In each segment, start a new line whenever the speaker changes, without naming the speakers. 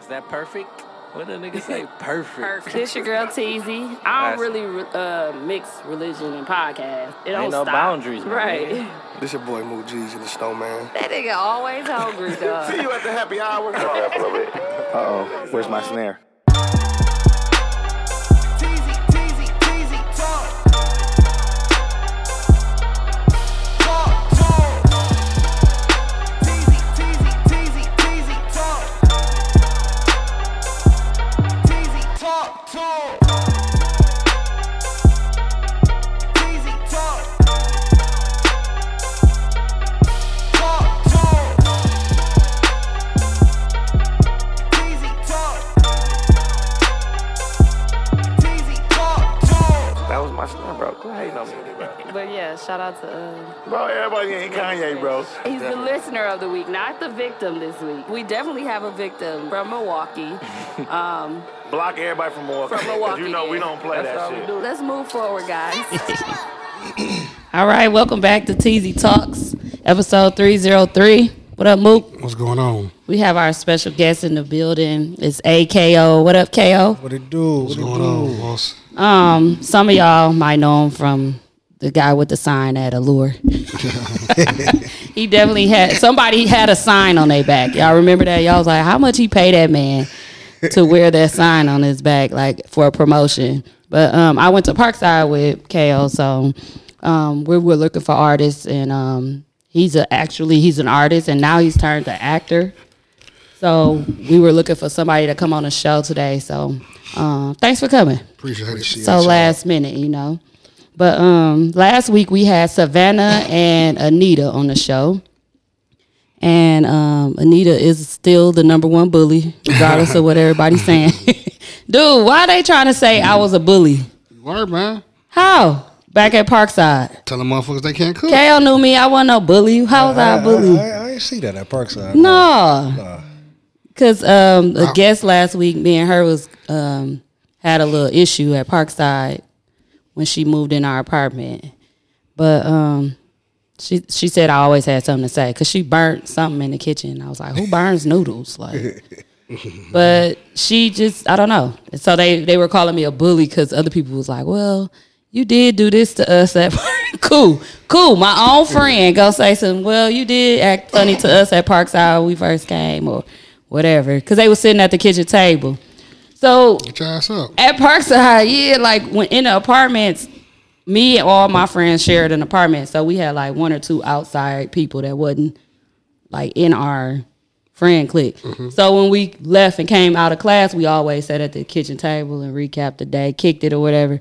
Is that perfect? What a nigga say? Perfect.
This your girl Teasy. I
That's-
don't really re- uh, mix religion and podcast. It don't
Ain't no
stop.
boundaries, my
right?
nigga.
This your boy Moo G's and the Snowman.
That nigga always hungry, dog.
See you at the happy hour.
Uh-oh, where's my snare?
Teasy, teasy, teasy, talk. Talk, talk. Teasy, teasy, teasy, teasy, talk. Teasy, talk, talk. Teasy, talk. Talk, talk. Teasy, talk. Teasy, talk, talk.
That was my snare, bro. Go ahead, no me, bro.
but yeah, shout out to. Uh,
Bro, everybody ain't Kanye, bro.
he's the listener of the week, not the victim this week. We definitely have a victim from Milwaukee.
Block everybody from Milwaukee.
From Milwaukee,
you know we
yeah.
don't play
That's all
that
we
shit.
do.
Let's move forward, guys.
All right, welcome back to TZ Talks, episode 303. What up, Mook?
What's going on?
We have our special guest in the building. It's AKO. What up, KO?
What it do? What's going on, boss?
Um, some of y'all might know him from the guy with the sign at Allure. he definitely had somebody had a sign on their back. Y'all remember that? Y'all was like, how much he paid that man to wear that sign on his back, like for a promotion. But um, I went to Parkside with Kale, so um, we were looking for artists, and um, he's a, actually he's an artist, and now he's turned to actor. So we were looking for somebody to come on the show today. So um, thanks for coming
Appreciate it.
so last minute, you know. But um, last week we had Savannah and Anita on the show, and um, Anita is still the number one bully, regardless of what everybody's saying. Dude, why they trying to say I was a bully?
Word, man.
How? Back at Parkside,
Telling motherfuckers they can't cook.
Kale knew me. I wasn't no bully. How was I a bully?
I, I ain't see that at Parkside.
No. Cause um a guest last week, me and her was um had a little issue at Parkside when she moved in our apartment. But um she she said I always had something to say because she burnt something in the kitchen. I was like, who burns noodles? Like but she just I don't know. So they they were calling me a bully because other people was like, well, you did do this to us at cool cool. My own friend go say something. Well, you did act funny to us at Parkside when we first came or whatever because they were sitting at the kitchen table. So
Get your ass up.
at Parkside, yeah, like when in the apartments, me and all my friends shared an apartment, so we had like one or two outside people that wasn't like in our friend clique. So when we left and came out of class, we always sat at the kitchen table and recapped the day, kicked it or whatever.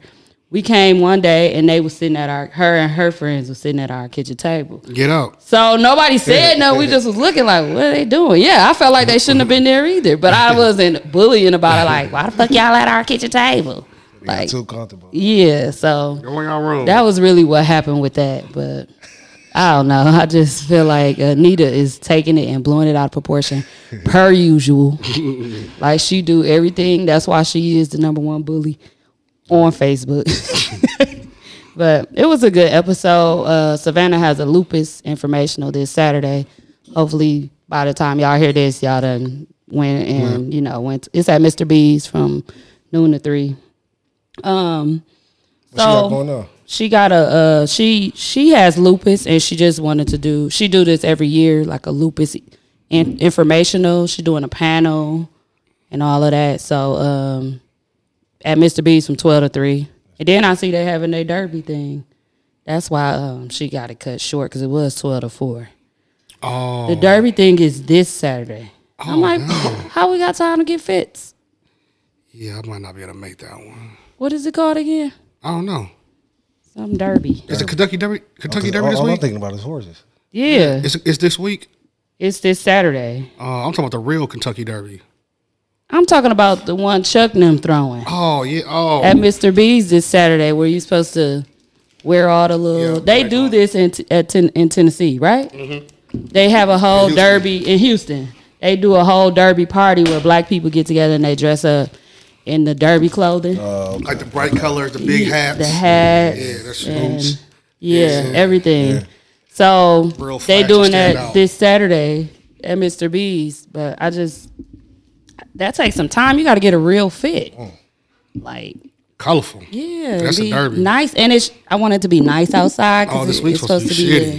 We came one day and they were sitting at our her and her friends were sitting at our kitchen table.
Get out.
So nobody said no. We just was looking like, what are they doing? Yeah, I felt like they shouldn't have been there either. But I wasn't bullying about it. Like, why the fuck y'all at our kitchen table? Like,
Too comfortable.
yeah. So
Go in your room.
that was really what happened with that. But I don't know. I just feel like Anita is taking it and blowing it out of proportion, per usual. like she do everything. That's why she is the number one bully on Facebook. but it was a good episode. Uh, Savannah has a lupus informational this Saturday. Hopefully, by the time y'all hear this, y'all done went and you know went. it's at Mr. B's from noon to three. Um,
What you got going on?
she got a uh, she she has lupus and she just wanted to do she do this every year like a lupus in, informational she doing a panel and all of that so um at mr b's from 12 to 3 and then i see they having their derby thing that's why um she got it cut short because it was 12 to 4
Oh,
the derby thing is this saturday i'm like how we got time to get fits
yeah. I might not be able to make that one.
what is it called again
I don't know.
some derby
Is it Kentucky Derby? Kentucky Derby
all,
this
all I'm
week?
thinking about is horses.
yeah
It's, it's this week.
it's this saturday
Uh, I'm talking about the real Kentucky Derby.
I'm talking about the one Chuck and them throwing
Oh yeah. Oh,
at Mr. B's this Saturday, where you supposed to wear all the little.
Yeah,
they
right. Mm-hmm.
do this in t- at ten- in Tennessee, right? They have a whole
Houston.
derby in Houston. They do a whole derby party where black people get together and they dress up in the derby clothing,
like the bright colors, the big hats.
the hats,
Yeah, that's
and
boots.
yeah, everything. So
Real flags
they
to
doing
stand
that
out.
this Saturday at Mr. B's, but I just that takes some time. You got to get a real fit. Like,
Colorful.
yeah,
Mm. That's a
be
derby.
Nice, and it's. I want it to be nice outside. 'cause
Oh, this
it-
week's
it's supposed to be.
shitty.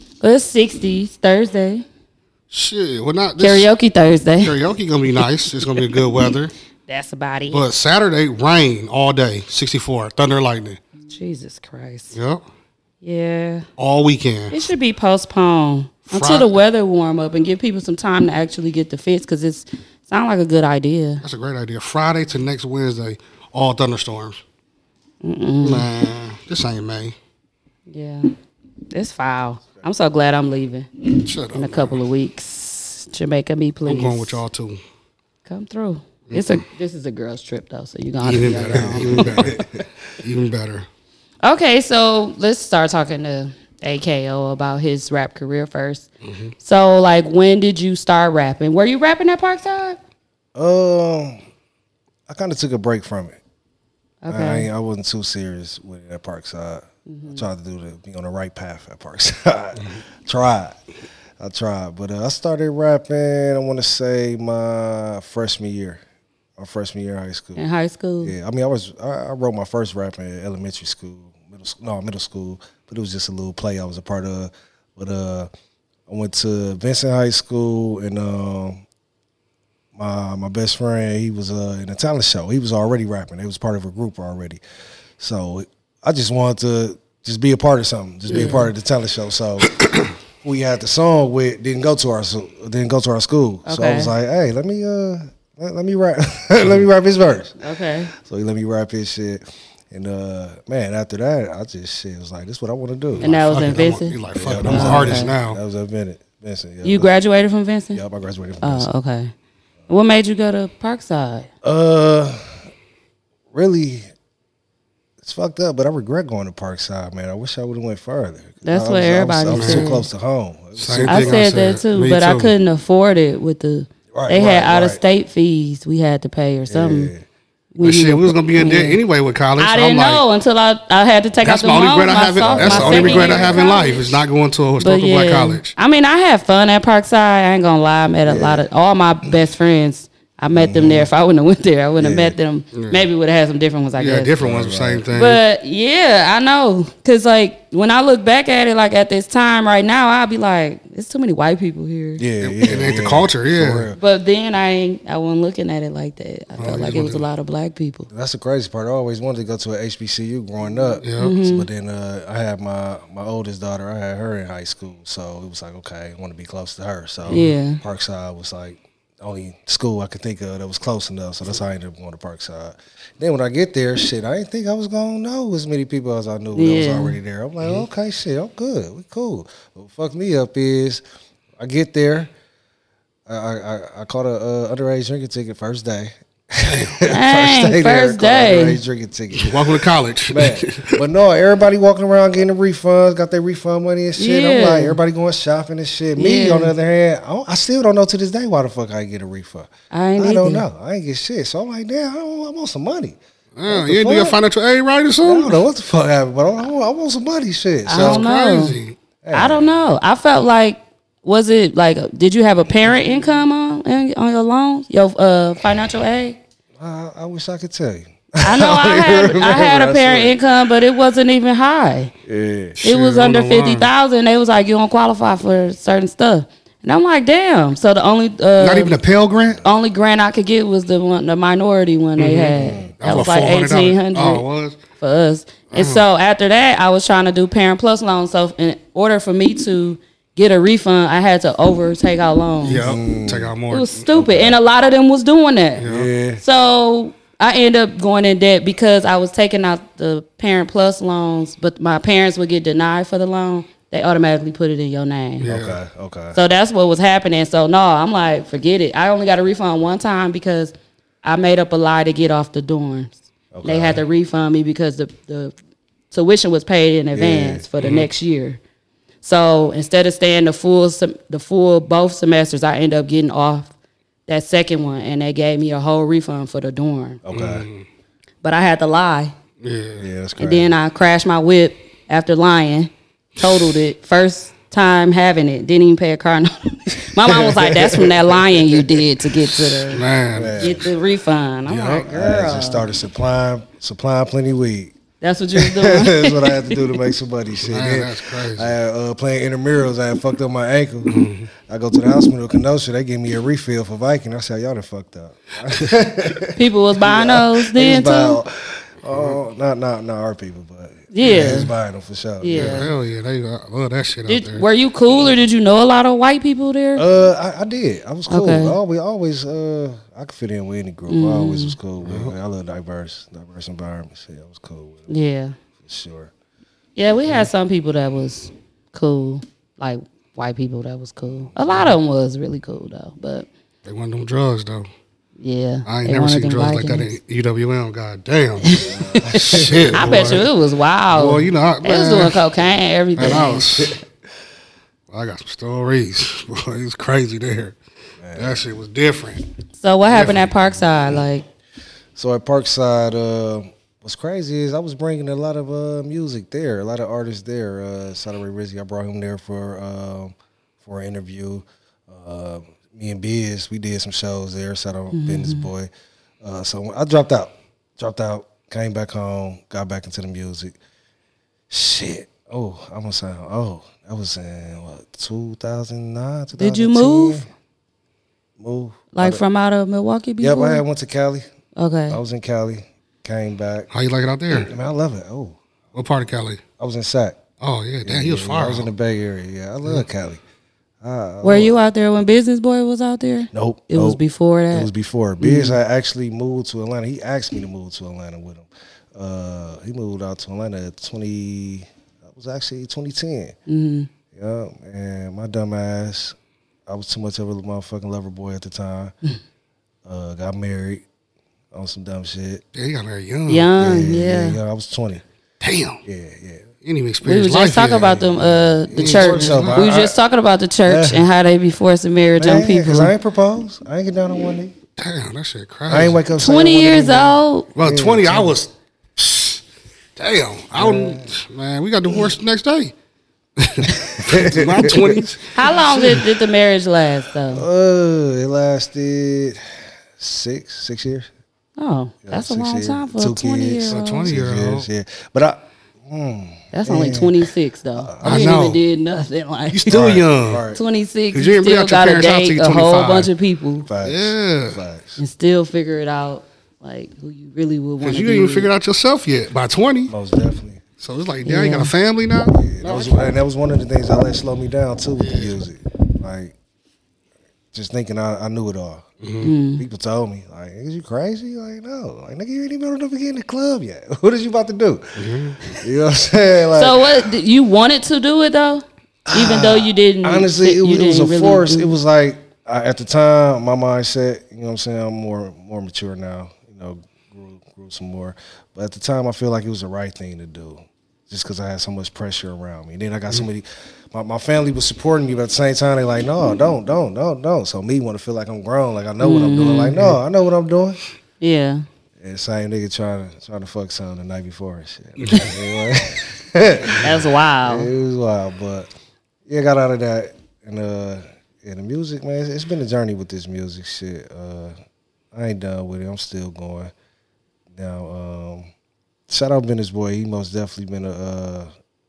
yeah. Well, it's sixties Thursday.
Shit. Well, not this
Karaoke Thursday.
Karaoke gonna be nice. It's gonna be good weather.
That's about it.
But Saturday, rain all day. Sixty four, thunder, lightning.
Jesus Christ.
Yep.
Yeah.
All weekend.
It should be postponed until
Fri-
the weather warm up and give people some time to actually get the fits because it's sound like a good idea.
That's a great idea. Friday to next Wednesday, all thunderstorms. Nah, this ain't May.
Yeah, it's foul. I'm so glad I'm leaving
Shut up.
in a couple of weeks. Jamaica, me please.
I'm going with y'all Mm-hmm. too.
Come through. It's a this is a girls trip though, so you're gonna have to
Even
be on your
better. Even better. Even better.
Okay, so let's start talking to AKO about his rap career 1st
Mm-hmm.
So, like, when did you start rapping? Were you rapping at Parkside?
Um, I kind of took a break from it. I
Okay.
uh,
ain't- I wasn't too serious with it at Parkside. I tried to do the be on the right path at Parkside. tried, I tried, but uh, I started rapping. I want to say my freshman year, my freshman year of high school.
In high school?
Yeah, I mean, I was I, I wrote my first rap in elementary school, middle school, no middle school, but it was just a little play I was a part of. But uh, I went to Vincent High School, and um, my my best friend he was uh, in a talent show. He was already rapping. He was part of a group already, so I just wanted to just be a part of something, just be a part of the talent show. So. who We had the song with didn't go to our so- didn't go to our school, so I
Okay.
was like, "Hey, let me uh, let, let me rap, let me rap his verse."
Okay.
So he let me rap his shit. And uh man, after that, I just shit was like, this is what I want to do.
And that was in
You're
Vincent?
like, fuck it, I'm an artist
that
now.
was at Bennett. Vincent. Yeah,
You graduated from Vincent?
Yep, I graduated from Vincent.
Oh, okay. What made you go to Parkside?
Uh, really, it's fucked up, but I regret going to Parkside, man. I wish I would have went further.
That's
I
what
was- I was-
everybody
I was,
said.
too close to home. It was
Same
I
thing
said that too,
Me
but I couldn't afford it with the.
Right,
they had
right,
out of
right.
state fees we had to pay or something. When
But
you
shit,
were-
we was gonna be in there anyway with college.
I
I'm
didn't
like,
know until I, I had to take
That's
out
my
the
only
loan
regret I
my
have. In,
soph-
that's
my
the only
second
regret I
year of
have in life
college.
is not going to a
But
historical
yeah,
black college.
I mean, I had fun at Parkside. I ain't gonna lie. I met a lot of all my best friends. I met
Mm-hmm.
them there. If I wouldn't have went there, I wouldn't have met them. Maybe would have had some different ones. I
Yeah,
guess.
different ones, same thing.
But yeah, I know. Cause like when I look back at it, like at this time right now, I'd be like, "It's too many white people here."
Yeah, yeah,
it ain't the
yeah.
culture.
For
Yeah,
real.
But then I ain't. I wasn't looking at it like that. I felt like it
you
was a lot of black people.
That's the crazy part. I always wanted to go to an HBCU growing up,
Mm-hmm.
but then uh, I had my my oldest daughter. I had her in high school, so it was like okay, I want to be close to her. So
Yeah.
Parkside was like the only school I could think of that was close enough. So that's how I ended up going to Parkside. Then when I get there, shit, I didn't think I was gonna know as many people as I knew that was
Yeah.
already there. I'm like, okay, shit, I'm good, we cool. What fucked me up is I get there. I, I, I- I caught a uh, underage drinking ticket first day.
Dang,
there,
first
caught an
day.
Underage drinking ticket.
welcome to college.
Man, but no, everybody walking around getting the refunds, got their refund money and shit. I'm
Yeah.
like, everybody going shopping and shit. Me,
Yeah.
on the other hand, I, don't- I still don't know to this day why the fuck I get a refund.
I ain't
don't
either.
know. I ain't get shit. So I'm like, damn, I, don't, I want some money.
Yeah,
the
you ain't do your
fuck?
financial aid right or
I don't
something.
know what the fuck happened, but I, want- I want some money. Shit.
I
So
don't know.
Crazy.
I don't know. I felt like was it like uh, did you have a parent income on on your loan, your uh, financial aid? Uh-huh.
I, I wish I could tell you.
I know I had I had a
Remember, I
parent
swear.
income, but it wasn't even high. It was under
don't know why.
fifty thousand. They was like you don't qualify for certain stuff, and I'm like damn. So the only uh,
Not even a Pell Grant.
only grant I could get was the one the minority one they had. Mm-hmm. That was
a
like
$400.
eighteen hundred
Oh, it was.
for us. And so after that, I was trying to do Parent Plus loans. So in order for me to get a refund, I had to overtake out loans.
Yeah,
Mm.
take out more.
It was stupid, and a lot of them was doing that.
Yeah.
So I end up going in debt because I was taking out the Parent Plus loans, but my parents would get denied for the loan. They automatically put it in your name.
Okay. Okay.
So that's what was happening. So no, I'm like, forget it. I only got a refund one time because I made up a lie to get off the dorms. They had to refund me because the, the tuition was paid in advance for the next year. So instead of staying the full sem- the full both semesters, I end up getting off that second one, and they gave me a whole refund for the dorm.
okay.
But I had to lie.
Yeah, that's
And
crazy.
then I crashed my whip after lying, totaled it. First time having it, didn't even pay a car note. My mom was like, "That's from that lying you did to get to the
Man,
get the refund." I'm like,
I
"Girl,
just started supplying supplying plenty of weed.
that's what you was doing."
that's what I had to do to make some money. Shit,
Man,
Then
that's crazy.
I had, uh, playing intramurals. I had fucked up my ankle.
Mm-hmm.
I go to the hospital, Kenosha. They give me a refill for Viking. I said, y'all done fucked up.
People was buying those
They
then
was buying-
too.
Oh, not not not our people, but
Yeah.
they was buying them for sure.
Yeah.
hell yeah, they I love that shit out there.
Did, were you cool or did you know a lot of white people there?
Uh, I, I did. I was cool.
Okay.
I always, always, uh, I could fit in with any group. I
Mm.
always was cool. With it. I love diverse, diverse environments. Yeah, I was cool with it
yeah.
for sure.
Yeah, we had some people that was cool, like white people that was cool. A lot of them was really cool though, but
They wanted them drugs though.
yeah,
I ain't
they
never
wanted
seen
them
drugs like that E
Vikings.
at UWM. God damn. shit.
I bet you it was wild.
Boy, you know, I,
they was
man,
doing cocaine, everything.
man, I was. I got some stories. Boy, it was crazy there. That shit was different.
so what happened at Parkside? Like,
So at Parkside, uh, what's crazy is I was bringing a lot of uh, music there, a lot of artists there. Uh, Saturday Rizzy, I brought him there for um for an interview. Uh, me and Biz, we did some shows there. Saturday
Mm-hmm.
Business Boy. Uh, so I dropped out, dropped out, came back home, got back into the music. Shit. Oh, I'm gonna sound. Oh, that was in what 2009.
Did you move?
2010? Move.
like from out of Milwaukee
Yep,
before?
I had went to Cali.
okay.
I was in Cali, came back.
How you like it out
I
there?
mean, I love it. Oh,
What part of Cali?
I was in Sac.
Oh yeah, damn, he was
Yeah,
fire.
I was in the Bay Area. Yeah, I love Cali.
Were you out there when Business Boy was out there?
Nope.
It was
nope.
before that.
Oh, It was before. Biz, I actually moved to Atlanta. He asked me to move to Atlanta with him. Uh, he moved out to Atlanta at 20, that was actually 2010.
Mm-hmm.
Yeah, and my dumb ass, I was too much of a motherfucking lover boy at the time.
Mm.
uh, got married on some dumb shit.
Damn, he got married young.
Young, Uh, yeah.
yeah I was 20.
Damn.
Yeah, yeah.
You didn't even
We
experience
were
life
just talking
yet.
about them, uh, the church.
workshop,
We were
I-
just talking about the church and how they be forcing marriage on people.
Because I ain't propose. I ain't get down on one knee.
Damn, that shit crazy.
I ain't wake up. saying I
Twenty
wanna
years
be married.
old.
Well, twenty, I was. Damn, I was, man, we got divorced the next day. My
Oh,
twenties.
How long did, did the marriage last though?
Uh, it lasted six, six years.
Oh, that's a
six
long
years,
time for a
two
twenty
kids.
year
A
old.
twenty year
Six
old.
years, yeah. But I
That's only twenty six
Uh,
though.
I
I ain't
know.
even did nothing like
You still young.
all right,
twenty six. You
'Cause you ain't been
still
out your
got to
parents' house till
date
you
a whole
25.
bunch of people
facts,
Yeah.
facts.
and still figure it out like who you really would want
Cause
to
you
be.
ain't even
with.
figured out yourself yet by twenty.
Most definitely.
So it's like, damn, you got a
Yeah.
family now.
Yeah, that was, and that was one of the things that let slow me down too with the music. Like, just thinking I, I knew it all.
Mm.
People told me, like, "Is you crazy?" Like, no, like, nigga, you ain't even able to get in the club yet. What is you about to do? You know what I'm saying? Like,
So what did- you wanted to do it though, even though you didn't.
honestly, it
you
was, it was a
didn't really
force.
do-
It was like I, at the time, my mindset. You know what I'm saying? I'm more more mature now. You know, grew grew some more. But at the time, I feel like it was the right thing to do, just because I had so much pressure around me. then I got so many. My, my family was supporting me, but at the same time, they like,
Mm-hmm.
no, don't, don't, don't, don't. So me want to feel like I'm grown, like I know what I'm doing.
Mm-hmm.
Like, no, I know what I'm doing.
yeah.
And same nigga trying to trying to fuck some the night before and shit.
That's wild.
It was wild, but yeah, got out of that. And uh yeah, the music, man, it's- it's been a journey with this music shit. Uh I ain't done with it. I'm still going. Now, um shout out Bennett's boy. He most definitely been a uh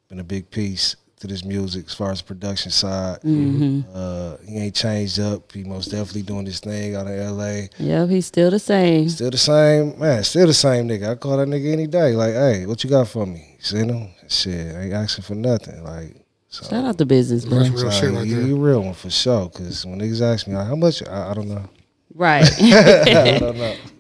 been a big piece to this music as far as production side. Uh he ain't changed up. He most definitely doing this thing out of LA.
Yep, he's still the same.
Still the same, man. Still the same nigga. I call that nigga any day. Like, hey, what you got for me? Send him. Shit, I ain't asking for nothing. Like, so,
Shout out the business boy.
Real
so,
shit right
you,
there.
you real one for sure. Cause when niggas ask me like, how much, I, I don't know.
Right.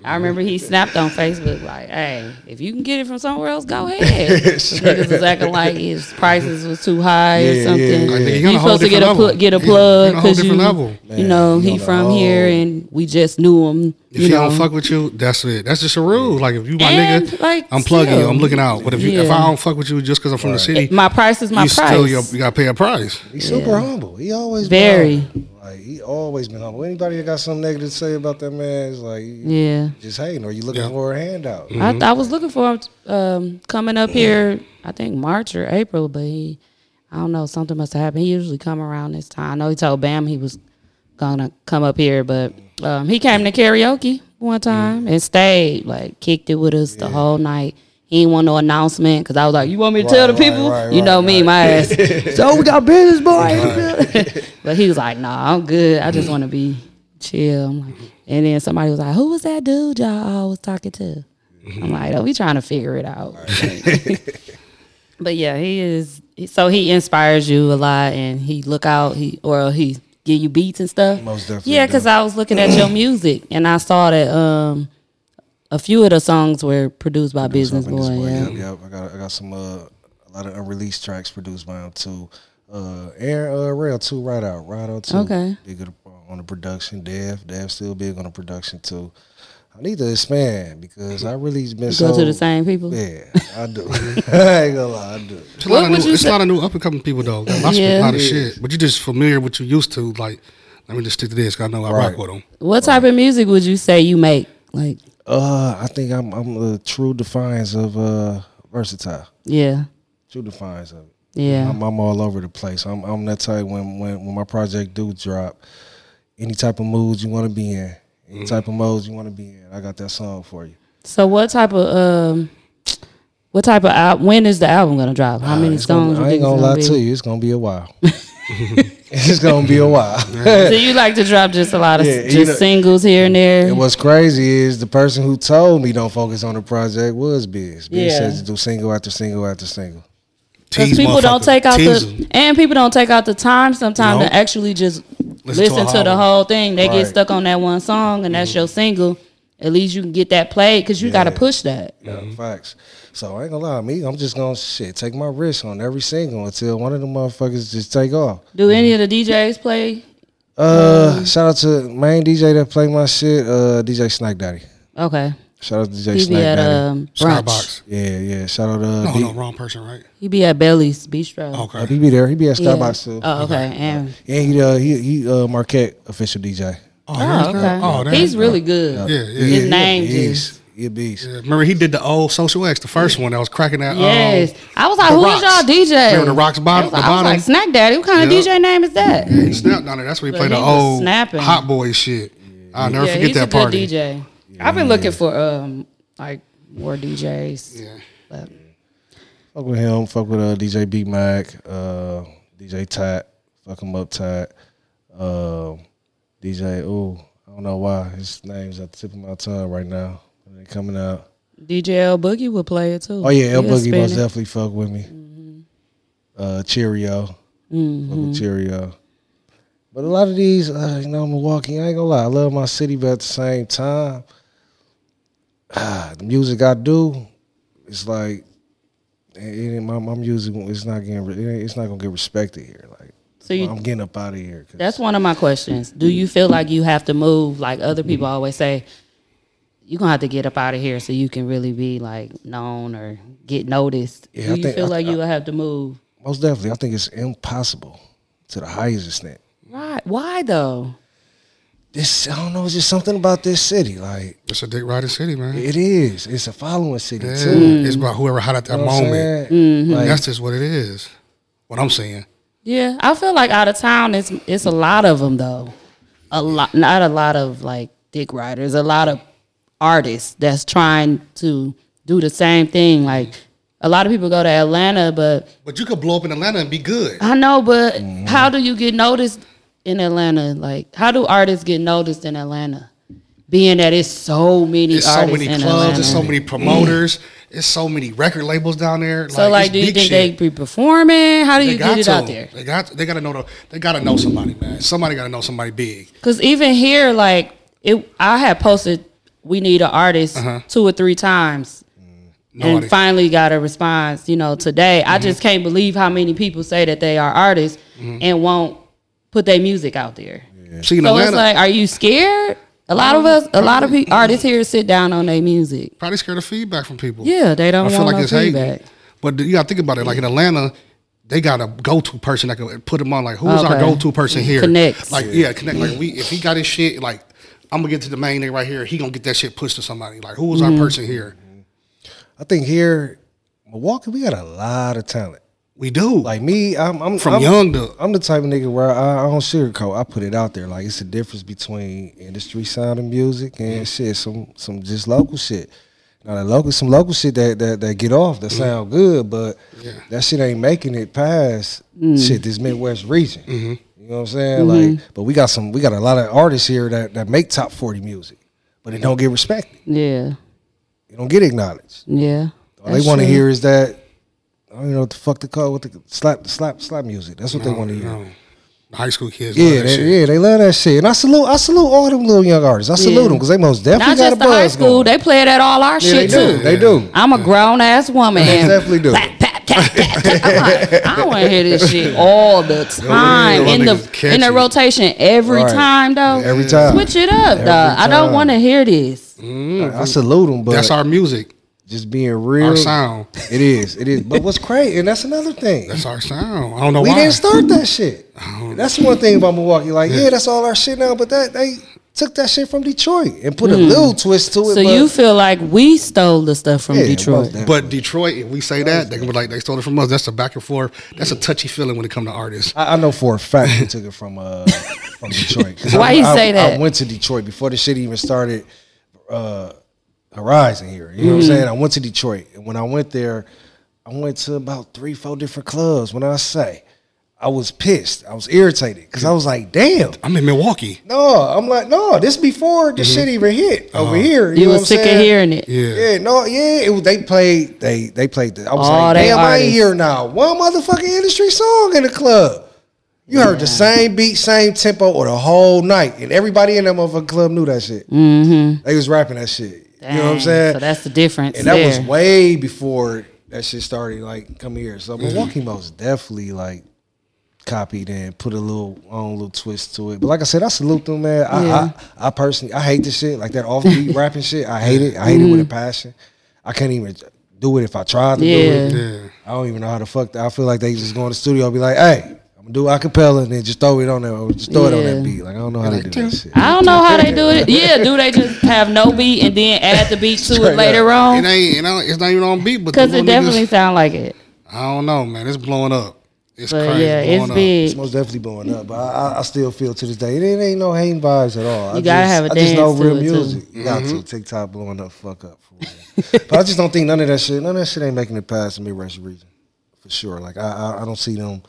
I remember he snapped on Facebook like, "Hey, if you can get it from somewhere else, go ahead." Niggas was acting like his prices was too high
Yeah,
or something.
yeah, yeah.
Like, nigga, you on a
You
whole
supposed to get a
different
pl-
level.
get a
Yeah, you on
plug
a whole
because you,
different level.
you know,
Man, you
he
on a
from
whole-
here and we just knew him.
If
you
he
know,
don't fuck with you, that's it. That's just a rule. Like if you my
And,
nigga,
like,
I'm plugging you.
still.
I'm looking out. But if you, if
Yeah.
I don't fuck with you just because I'm from the city,
my price is my
you
price.
still your, you gotta pay a price.
He's super humble. He always
Very.
Been humble. Like he always been humble. Anybody that got something negative to say about that man is like, you
yeah.
just hating or you looking
Yeah. Mm-hmm.
for a handout.
I, I was looking for him um, coming up here. I think March or April, but he, I don't know. Something must have happened. He usually come around this time. I know he told Bam he was gonna come up here, but um, he came to karaoke
Mm-hmm.
one time and stayed, like kicked it with us the whole night. He didn't want no announcement because I was like, "You want me to tell the
Right, right,
people?"
right,
you know
right,
me, my ass. so "Oh, we got business, boy. but he was like, "Nah, I'm good. I just want to be chill." I'm like, and then somebody was like, "Who was that dude y'all always talking to?" I'm like, "Oh, we trying to figure it out." But yeah, he is. So he inspires you a lot, and he look out. He or he give you beats and stuff.
Most definitely
Yeah, because
do.
I was looking at your music, and I saw that um, a few of the songs were produced by Business
Something
Boy.
this way.
yeah.
Yep, yep. I got I got some uh, a lot of unreleased tracks produced by him too. Uh, Aaron uh, Rail too, right out, right out too.
Okay.
Big of the- uh, on the production. Dev, Dev still big on the production too. I need to expand because I really been
Go
so.
to the same people.
Yeah, I do. I ain't gonna lie, I do.
It's a lot,
What
of
would
new,
you
it's
say-
a lot of new up and coming people though. Got lots
Yeah.
of, lot of shit, but you just familiar with you used to. Like, let me just stick to this. 'cause I know I
Right.
rock with them.
What type of music would you say you make? Like,
Uh, I think I'm I'm a true defiance of uh versatile.
yeah,
True defiance of it.
yeah,
I'm, I'm all over the place. I'm I'm that type when when when my project do drop, any type of moods you want to be in, any type of modes you want to be in, I got that song for you.
So what type of um, what type of al- when is the album gonna drop? How many
It's gonna-
songs? you
I ain't
think it's
gonna lie to
be?
you. It's gonna be a while. it's gonna be a while.
So you like to drop just a lot of
Yeah, you
just
know-
singles here and there?
and what's crazy is the person who told me don't focus on the project was Biz. Biz
Yeah.
said to do single after single after single.
Because
Tease
people don't
motherfucker.
take out
Tease
the
'em.
and people don't take out the time sometimes
Nope.
to actually just
Listen
listen,
to
to,
a whole Mm-hmm.
the
one.
whole thing. They get
Right.
stuck on that one song and that's your single. At least you can get that played because you got to push that.
Yeah,
Mm-hmm.
facts. So I ain't gonna lie, me, I'm just gonna shit take my risk on every single until one of the motherfuckers just take off.
Do any of the DJs play?
Mm-hmm.
Uh, shout out to main DJ that played my shit, uh, DJ Snack Daddy.
Okay,
Shout out to DJ
he
Snack
be at
Daddy.
um, brunch.
Skybox.
yeah, yeah. Shout out to uh,
No,
D-
no, wrong person, right?
He be at Belly's Bistro.
uh,
Okay.
he be there. He be at
Yeah.
Skybox too.
Oh, okay. And
And he uh, he he uh, Marquette official DJ.
Oh,
oh,
here's
okay.
that. Oh, that-
He's really good.
Yeah, yeah.
His name is.
beast. He a beast.
Yeah, Remember, he did the old Social X, the first one that was cracking that. um,
Yes, I was like,
The
"Who
Rocks.
is y'all DJ?"
Remember the Rocks bottom-
I was like,
the
I was like,
bottom?
"Snack Daddy, what kind
Yeah.
of DJ name is that?"
He snapped on it. That's where he
But
played
he
the
was
old
snapping.
hot boy shit. I'll never
yeah,
forget
he's
that
a good
party.
DJ. I've been looking for um like more DJs.
Yeah.
But
Fuck with him. Fuck with uh, DJ B Mac. Uh, DJ Tat. Fuck him up, Tat. Uh, DJ. Ooh, I don't know why his name's at the tip of my tongue right now. They coming out.
DJ L Boogie would play it too.
Oh yeah, El
He'll
Boogie
spin
most
it.
definitely fuck with me.
Mm-hmm.
Uh, Cheerio, fuck with Cheerio. But a lot of these, uh, you know, Milwaukee. I ain't gonna lie, I love my city, but at the same time, the music I do, it's like it, it, my my music. It's not getting. re- It, ain't- it's not gonna get respected here. Like
So you-
I'm getting up out of here. 'cause-
That's one of my questions. Do you feel like you have to move? Like other
Mm-hmm.
people always say, you're gonna have to get up out of here so you can really be like known or get noticed.
Yeah,
Do
I
you
think-
feel
I-
like you will have to move?
most definitely, I think it's impossible to the highest extent.
Why? Why though?
This I don't know. It's just something about this city. Like
It's a dick riding city, man.
it is. It's a following city
Yeah. Mm.
too.
It's about whoever hot at that
know what I'm
moment.
saying? Like,
That's just what it is. What I'm saying.
Yeah, I feel like out of town, it's it's a lot of them though. A lot, not a lot of like dick riders. A lot of artists that's trying to do the same thing. Like a lot of people go to Atlanta, but
But you could blow up in Atlanta and be good.
I know, but
Mm-hmm.
how do you get noticed in Atlanta? Like, how do artists get noticed in Atlanta? Being that it's so many
There's so
artists
many
in
clubs,
Atlanta.
there's so many promoters, there's so many record labels down there.
so, like,
it's
do you
big
think
shit.
they be performing? How do
They
you get it
to.
out there?
They got they gotta know the, they gotta know somebody, man. Somebody gotta know somebody big.
Because even here, like it, I had posted, we need an artist
Uh-huh.
two or three times,
Nobody.
and finally got a response. You know, today
Mm-hmm.
I just can't believe how many people say that they are artists and won't put their music out there.
See in
So
Atlanta,
it's like, are you scared? A lot of us, a lot of pe- artists here sit down on their music.
probably scared of feedback from people.
Yeah, they don't
I feel
want
like
no
it's hating.
feedback.
But you gotta think about it. Like in Atlanta, they got a go to person that can put them on. Like who's our
Okay.
go to person here?
Connects.
Like yeah, connect. Like we if he got his shit, like I'm gonna get to the main thing right here. He gonna get that shit pushed to somebody. Like who was
Mm-hmm.
our person here?
I think here, Milwaukee, we got a lot of talent.
We do.
Like me, I'm, I'm
From
I'm-
young to-
I'm the type of nigga where I, I don't sugarcoat. I put it out there. Like it's the difference between industry sounding music and shit, some some just local shit. Now that local, some local shit that that, that get off
Mm-hmm.
that sound good, but that shit ain't making it past shit this Midwest region.
Mm-hmm.
You know what I'm saying? Like, but we got some, we got a lot of artists here that that make top forty music, but it don't get respected.
Yeah.
It don't get acknowledged.
Yeah.
All
That's
they want to
true.
hear is that I don't know what the fuck to call what the slap the slap slap music. That's what they want to hear.
No. The high school kids.
Yeah,
Yeah,
they, yeah, they love that shit. And I salute I salute all them little young artists. I salute
Yeah.
them because they most definitely
Not
got a
just the high
buzz
school.
going.
They play it at all our
Yeah,
shit
they
too.
do. They do.
I'm a grown ass woman.
They
and
definitely do.
Pat, pat, pat, pat, pat. I'm like, I don't want to hear this shit all the time
yeah,
in
y'all
the
niggas
in the
catchy.
rotation every
Right.
time though.
Every time.
Switch it up,
Every
dog. I
time.
don't want to hear this.
I salute them, but
That's our music.
just being real.
Our sound.
It is. It is. But what's crazy, and that's another thing.
That's our sound. I don't know
we
why.
didn't start that shit. That's one thing about Milwaukee. Like, yeah, that's all our shit now, but that they took that shit from Detroit and put a little twist to it.
Hmm. So
but
you feel like we stole the stuff from
Yeah, most
Detroit?
definitely.
But Detroit, if we say that, they can be like they stole it from us. That's a back and forth. That's a touchy feeling when it comes to artists.
I, I know for a fact they took it from uh from Detroit. 'Cause
Why
I,
you
I-
say that?
I went to Detroit before the shit even started. Uh, Horizon here, you know
Mm.
what I'm saying? I went to Detroit, and when I went there, I went to about three, four different clubs. When I say, I was pissed, I was irritated because I was like, "Damn,
I'm in Milwaukee.
no!" I'm like, "No, this before this shit even hit over here."
Mm-hmm. Uh-huh.
You,
You
know
was
what
sick
I'm saying?
of hearing it.
Yeah.
Yeah, no, yeah, it was, they played, they they played. The, I was
All
like,
they
damn, I ain't
artists.
hear now one motherfucking industry song in the club. You heard the same beat, same tempo, or the whole night, and everybody in that motherfucking club knew that shit. Mm-hmm. They was rapping that shit. you know what I'm
Dang,
saying?
So that's the difference.
and that
there.
was way before that shit started. Like, come here. So Milwaukee most definitely like copied and put a little own little twist to it. But like I said, I salute them, man. I
Yeah.
I, I personally I hate this shit like that offbeat rapping shit. I hate it. I hate it
Mm-hmm.
with a passion. I can't even do it if I tried to do
Yeah.
it.
Yeah.
I don't even know how to fuck. That. I feel like they just go in the studio and be like, hey. I'm gonna do acapella and then just throw it on there or just throw it on
Yeah.
that beat. Like I don't know how to do that shit.
I don't know how they do it. Yeah, do they just have no beat and then add the beat to it
Straight
later
It
on?
ain't. You know, it's not even on beat. But
Because
because
it definitely sound like it.
I don't know, man. It's blowing up. It's
But
crazy.
yeah,
blowing
it's
up.
big.
It's most definitely blowing up, but I, I- I still feel to this day it ain't, ain't no hating vibes at all. I
You gotta
just,
have a
I just know
dance to
real
it, too.
music. You got to TikTok blowing up, fuck up. For real. but I just don't think none of that shit. None of that shit ain't making it past the Midwest region for sure. Like I, I, I don't see them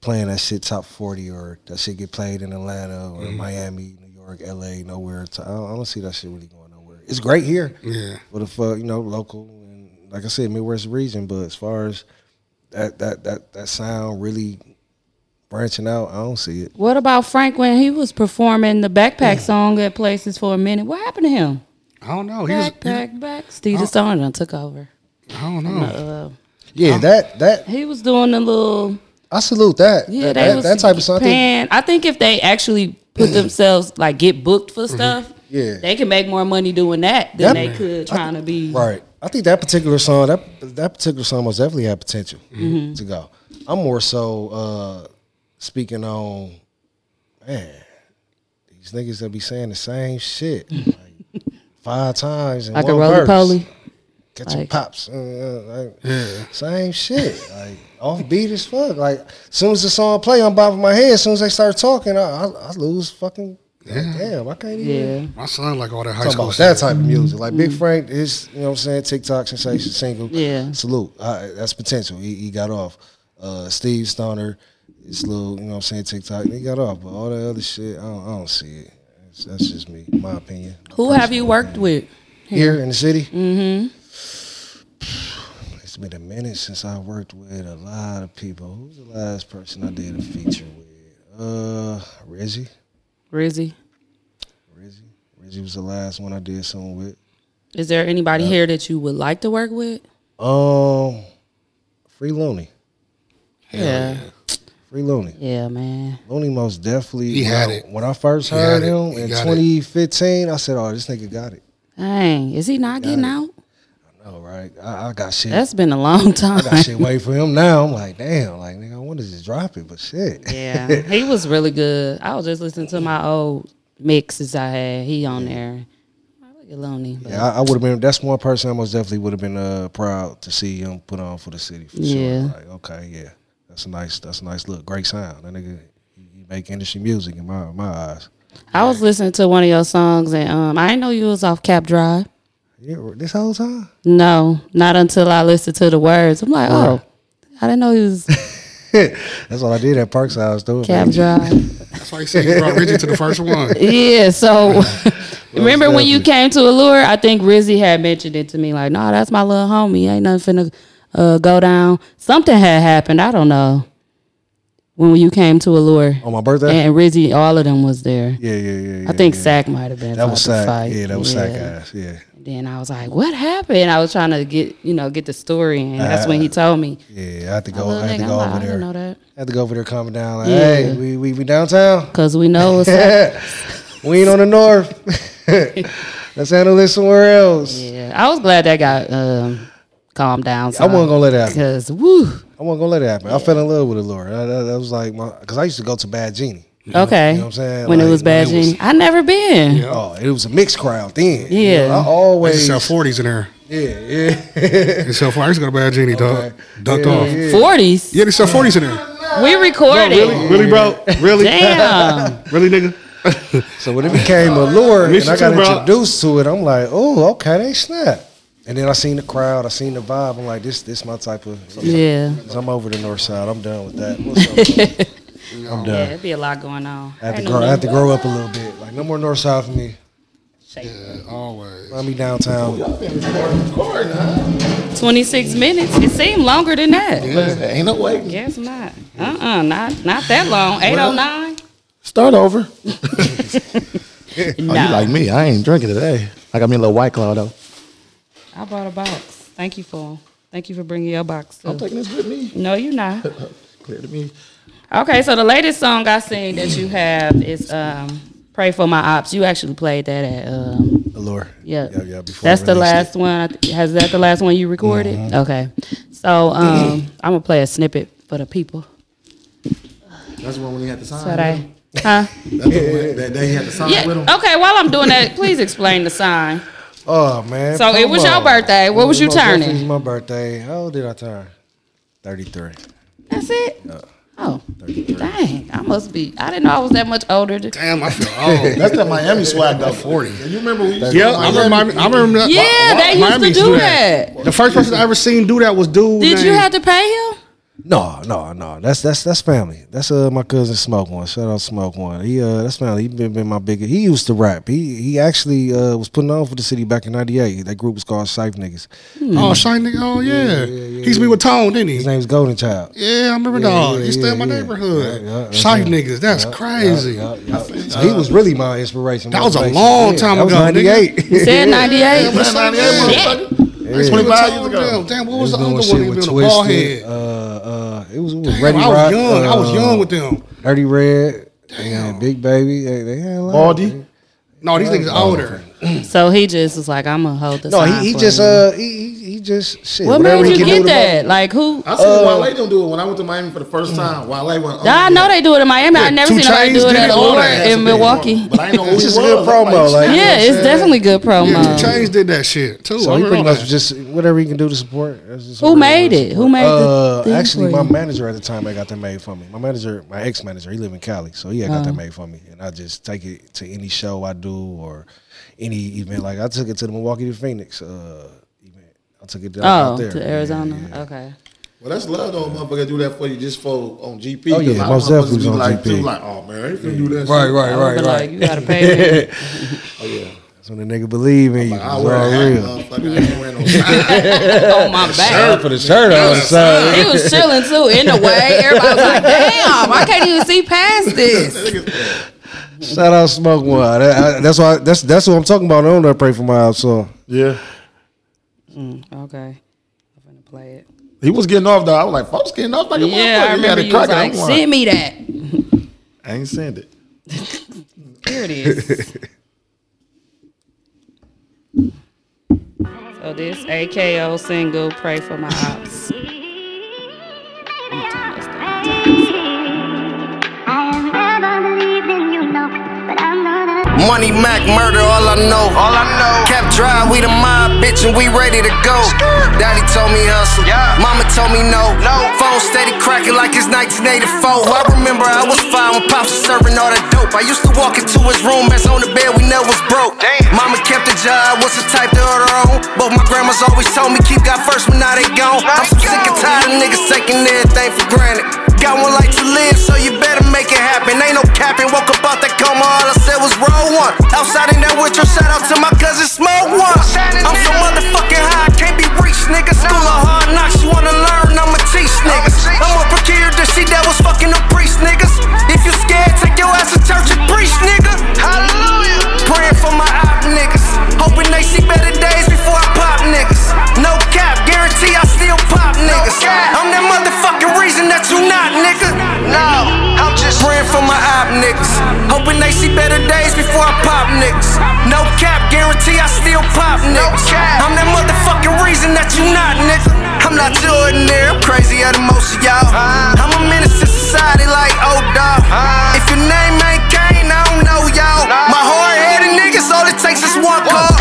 playing that shit top forty or that shit get played in Atlanta or Miami, New York, L.A. Nowhere. To, I, don't, I don't see that shit really going nowhere. It's great here,
Yeah.
But if uh, you know local and like I said, Midwest region. But as far as that that that that sound really branching out, I don't see it.
What about Frank when he was performing the backpack song at places for a minute? What happened to him?
I don't know. He was, he-
Backpack, back. Steve Dishon done took over.
I don't know.
Yeah, that that
He was doing the little
I salute that.
yeah,
that,
they
that-
was
that type of something.
Paying. I think if they actually put themselves like get booked for stuff,
Yeah.
they can make more money doing that than
Yep.
they could trying to be
Right. I think that particular song, that that particular song most definitely had potential
Mm-hmm.
to go. I'm more so uh speaking on man, these niggas that be saying the same shit like five times in
like a
one
roly
verse.
poly.
Get your
like-
pops. uh, uh, like, Same shit. Like off beat as fuck. Like soon as the song play, I'm bobbing my head. As soon as they start talking, I, I, I lose fucking. Like, damn, I can't even.
Yeah, Mm.
My son like all that high
Talking
school
about that
stuff.
type of music, like Big Frank, his you know what I'm saying, TikTok sensation single,
Yeah.
salute, I, that's potential. He, he got off. Uh, Steve Stoner, his little you know what I'm saying, TikTok, he got off. But all that other shit, I don't, I don't see it. That's, that's just me, my opinion.
who have you worked with?
Here in the city, mm-hmm. it's been a minute since I worked with a lot of people. Who's the last person I did a feature with? Uh, Reggie.
Rizzy.
Reggie. Reggie was the last one I did something with.
Is there anybody here that you would like to work with?
Um, Free Looney.
yeah.
Free Looney.
Yeah, man.
Looney most definitely.
He
when
had
I-
it.
When I first
had
heard
it.
him
He
in
got it.
2015, I said, oh, this nigga got it.
Dang, is he not getting out?
All right. I, I got shit.
That's been a long time.
Mm. I got shit waiting for him now. I'm like, damn, like, nigga, I want to just drop it, but shit.
yeah, he was really good. I was just listening to my old mixes I had. He on there. Like, Look Iloni. But
Yeah, I, I would have been. That's one person I most definitely would have been uh, proud to see him put on for the city. For
Yeah.
sure. Like, okay, yeah, that's a nice. That's a nice look. Great sound. That nigga, he he make industry music in my my eyes.
I was listening to one of your songs and um, I didn't know you was off Cap Drive.
Yeah, this whole time.
No, not until I listened to the words. I'm like, oh, I didn't know he was
That's all I did at Parkside. I was doing.
Cap
it.
Drive.
That's why you said you brought Reggie to the first one.
yeah, so remember when you came to Allure? I think Rizzy had mentioned it to me, like, nah, that's my little homie. Ain't nothing finna uh, go down. Something had happened. I don't know. When you came to Allure.
on my birthday.
and Rizzy, all of them was there.
yeah, yeah, yeah, yeah.
I think
Oh, yeah.
Sack might have been.
That was
about to
sack.
fight.
Yeah, that was sack ass. Yeah,
Then I was like, "What happened?" I was trying to get you know get the story, and that's when he told me.
yeah. I had to
I
go. I
look,
had
nigga,
to
I'm
go
like,
over
I didn't know
there.
that
I had to go over there, coming down. Like,
Yeah.
hey, we we we downtown.
because we know it's like,
We ain't on the north. Let's handle this somewhere else.
yeah. I was glad that got um, calmed down.
I wasn't gonna let it happen.
because woo.
I wasn't gonna let it happen. I fell in love with Allure. That, that, that was like my because I used to go to Bad Genie.
Okay,
You know what I'm saying?
when
Like,
it was
when it
bad,
was-
Genie, I never been.
Oh, it was a mixed crowd then. You
Yeah.
know, I
They used
always.
to sell forties in there.
Yeah, yeah.
They sell 40s. I used to go to Bad Genie, dog. Ducked off. Yeah.
Forties,
they sell forties in there.
we recorded.
Really, bro? Really?
Damn,
Really, nigga?
so when it became Allure
Miss
and
you
I got
too, bro.
introduced to it, I'm like, oh, okay, they snap. And then I seen the crowd, I seen the vibe. I'm like, this, this my type of.
yeah,
So I'm over the north side. I'm done with that. What's up? bro? I'm
yeah,
done.
it'd be a lot going on.
I had to grow. I had to grow up a little bit. Like no more north side for me.
Yeah, always.
Find me downtown.
Twenty six minutes. It seemed longer than that.
Ain't no way.
Guess not. Uh uh not not that long. Eight oh nine.
Start over.
No,
Oh, you like me? I ain't drinking today. I got me a little white claw though.
I brought a box. Thank you for thank you for bringing your box. too.
I'm taking this with me.
No, you're not.
Clear to me.
Okay, so the latest song I seen that you have is um, "Pray for My Ops." You actually played that at um,
Allure.
yeah.
Yeah, yeah, before Mm-hmm.
That's the
I released
last one. I th- Has that the last one you recorded? Okay, so um, I'm gonna play a snippet for the people.
That's the one when you had to sign.
But I, huh?
That's the one that day you had to sign
Yeah.
with him.
Okay. While I'm doing that, please explain the sign.
Oh man!
So it
come
was your
on.
birthday. What
It
was you
most definitely
turning?
My birthday. How old did I turn? Thirty-three.
That's it.
Uh,
Oh, dang! I must be. I didn't know I was that much older. than-
Damn, I feel old.
That's that Miami swag though. Forty. You remember when you used to
yeah,
go to
I
Miami?
remember. I remember that.
Yeah, they used to do
The first person I ever seen do that was dude.
Did you
named-
have to pay him?
No, no, no. That's that's that's family. That's uh my cousin Smoke One. Shout out Smoke One. He uh that's family. He been, been my biggest. He used to rap. He he actually uh was putting on for the city back in '98. That group was called Safe Niggas.
Oh, Shine nigga. Oh, yeah. He used to be with Tone, didn't
His
he?
name was Golden Child.
Yeah, I remember
Yeah,
dog.
yeah,
he stayed in my
yeah, yeah.
neighborhood.
Yeah, yeah, that's
Shite
him.
niggas. That's
Yeah,
crazy.
yeah, yeah, yeah. So he was really my inspiration.
That was a
motivation.
long time
that was
ago, nigga.
You
'98.
said 98.
That's 98, motherfucker. That's 25 years ago.
Damn, what was the
He
other
doing
one? He was
shit
a ball head.
Uh, uh, it was, it was
Damn,
Ready
I was
Rock,
young. I was
uh,
young with them.
Dirty Red. They had Big Baby. They, they had a lot.
Baldy.
No, these niggas
Uh,
older.
So he just was like, I'm gonna hold this.
No, he, he just uh he, he- he just shit.
What
whatever
made you
he can do
get
to
that? Like who?
I seen Wale don't do it when I went to Miami for the first time. Wale went. oh,
I know they do it in Miami. I never
Two
seen nobody
Chainz
do it
did
at
it, all
or
that has
in
to be.
Milwaukee.
But I ain't know who
It's
he
just
was.
good promo, like-
Yeah, it's definitely good
Yeah, Two
promo.
Chains did that shit too.
So
I
he pretty
remember
much
that.
just whatever he can do to support. that's just
Who
whatever
made
he
it?
can
Who made the
Uh,
thing
actually,
for
my
you?
manager at the time I got that made for me. My manager, my ex manager, he live in Cali, so yeah, I
Oh.
got that made for me, and I just take it to any show I do or any event. Like I took it to the Milwaukee to Phoenix uh, event. I took it down
Oh,
out there
to
Yeah,
Arizona.
yeah.
Okay.
Well, that's love though, motherfucker. Do that for you just for on GP.
Oh, yeah,
A lot of
most
motherfuckers
definitely was
be
on
like,
GP.
Too, like, oh man, you can do that.
Right,
I
right,
shit.
right,
would've been
right.
Like, you gotta pay
Oh,
me.
That's when the nigga believe in you.
I
It's
wear a
all
hat,
real.
motherfucker. I ain't wearing no socks.
on my back.
For the shirt on, son.
He was chilling too in the way. Everybody was like, damn, I can't even see past this.
Shout out Smoke One. That- I- that's why. That's that's what I'm talking about. I don't know. Pray for my house. So
Yeah,
Okay. I'm gonna play it.
he was getting off though. I was like, folks getting off like a
Yeah, I
motherfucker. He had
remember
a
you was
cracker.
like,
I'm like,
send me that.
I ain't send it.
Here it is. so this AKO single, "Pray for My Ops." I'ma turn this down.
I have ever believed in you, no, but I'm gonna
Money Mac murder, all I know. All I know.
Kept dry, we the mob, bitch, and we ready to go. Daddy told me hustle, mama told me no. Phone steady cracking like it's 1984. I remember I was five when pops was serving all that dope. I used to walk into his room as on the bed we know was broke. Mama kept the job, was the type to order her own. Both my grandmas always told me keep God first, but now they gone. I'm so sick and tired of niggas taking everything for granted. Got one life to live, so you better make it happen. Ain't no capping, woke up out that coma, all I said was roll one. Outside in that winter, shout out to my cousin Smoke One. I'm so motherfucking high, I can't be reached, nigga. School of hard knocks, you wanna learn, I'ma teach niggas. I'm more procured than she that was fucking the priest, niggas. If you scared, take your ass to church and preach, nigga. Hallelujah. Praying for my op niggas. Hoping they see better days before I pop niggas. No cap, guarantee I still pop niggas. I'm that motherfucking reason that you not, nigga. No, I'm just praying for my op niggas. Hoping they see better days before I pop niggas. No cap, guarantee I still pop niggas. I'm that motherfucking reason that you not, nigga. I'm not your ordinary, I'm crazier than most of y'all. I'm a menace to society like old dog. If your name ain't Kane, I don't know y'all. My hard headed niggas, all it takes is one call.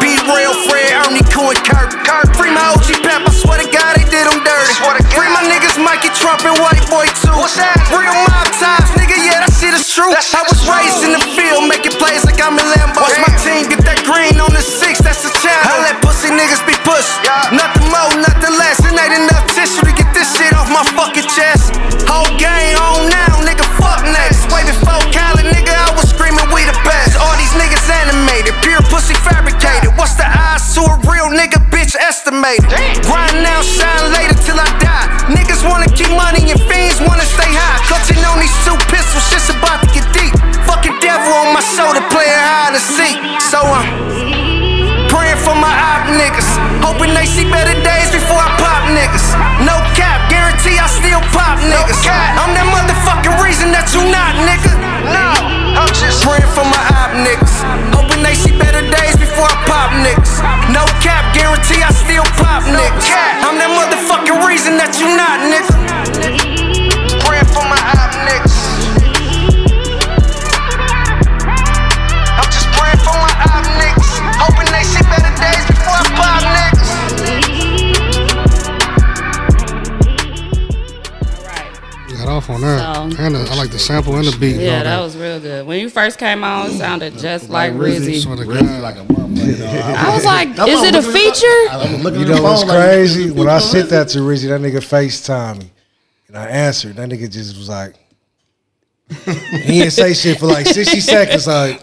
Be real, Fred, Ernie, Cool, and Kirk. Free my OG Pep, I swear to God, they did them dirty. Free my niggas, Mikey Trump and White Boy, too. Real mob ties, nigga, yeah, that shit is true. I was raised in the field, making plays like I'm in Lambo. Watch my team get that green on the six, that's the challenge. I let pussy niggas be pushed. Nothing more, nothing less. It ain't enough tissue to get this shit off my fucking chest. Whole game on now, nigga, fuck next. Way before Colin, nigga, I was screaming, we the best. All these niggas animated, pure pussy fabricated. What's the odds to a real nigga, bitch, estimated? Grind now, shine later till I die. Niggas wanna keep money and fiends wanna stay high. Clutching on these two pistols, shit's about to get deep. Fucking devil on my shoulder, playing hide and seek. So I'm praying for my op niggas. Hoping they see better days before I pop niggas. No cap, guarantee I still pop niggas. I'm that motherfucking reason that you not, nigga. No, I'm just praying for my op niggas. Hoping they see better days before I pop niggas. No cap, guarantee I still pop niggas. I'm that motherfucking reason that you not, nigga. Praying for my op niggas. I'm just praying for my op niggas. Hoping they see better days before I pop niggas.
Got off on that.
So-
and the- I like the sample and the beat. and
Yeah,
all
that was real good. When you first came on, it sounded just like Rizzy.
Swear to God.
Like a motherfucker. dog.
I was like, is it a
I
feature?
was looking
You
at the
know what's
phone like,
crazy? When I sent that to Rizzy, that nigga FaceTime me. And I answered. That nigga just was like, he didn't say shit for like 60 seconds. Like,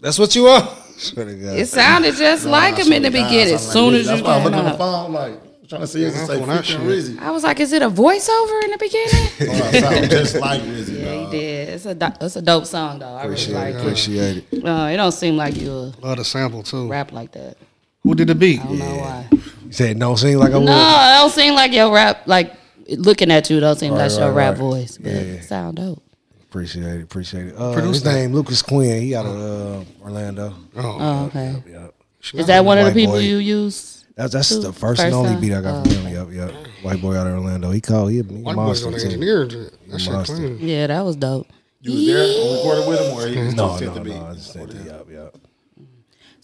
that's what you are. Swear to God.
It sounded just like him in the beginning. As soon as you
That's why I was
came
looking at the
up,
phone Oh, like trying to see if
Yeah,
it's
that's what
like
I
freaking
should.
Rizzy.
I was like, is it a voiceover in the beginning?
Oh, I sound just like Rizzy.
yeah, he
dog.
did. It's a do- it's a dope song though. I really like it.
Appreciate it.
Uh, it don't seem like you
Love the sample too.
rap like that.
Who did the beat?
I don't know why.
He said, no, seem like I
No,
would.
it don't seem like your rap. Like looking at you, don't seem like
Right,
your
right,
rap
right.
voice. But
Yeah.
it sound dope.
Appreciate it. Appreciate it. Uh,
Produce
his
that.
name, Lucas Quinn. He out of uh, Orlando.
Oh,
Oh, okay.
Yep.
Is that one of the
White
people
boy.
you use?
That's, that's the first and
First
only
time? Oh,
beat I got from him. Yep, yep. White boy out of Orlando. He called. He a he a
white boys
monster
on the
too.
engineer. and shit. That shit
Monster.
clean.
Yeah, that was dope.
You was there and recorded with him, or he was
No,
just
no,
sent the beat.
no. I just sent it. Yep, yep.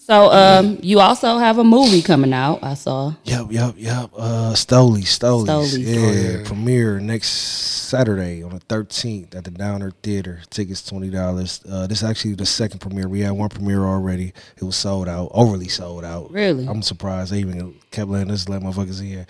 So um, you also have a movie coming out. I saw.
Yep, yep, yep. Uh, Stoley, Stoley.
Stoley's.
Yeah, premiere next Saturday on the 13th at the Downer Theater. Tickets $20. Uh, this is actually the second premiere. We had one premiere already. It was sold out, overly sold out.
Really?
I'm surprised they even kept letting us let motherfuckers in.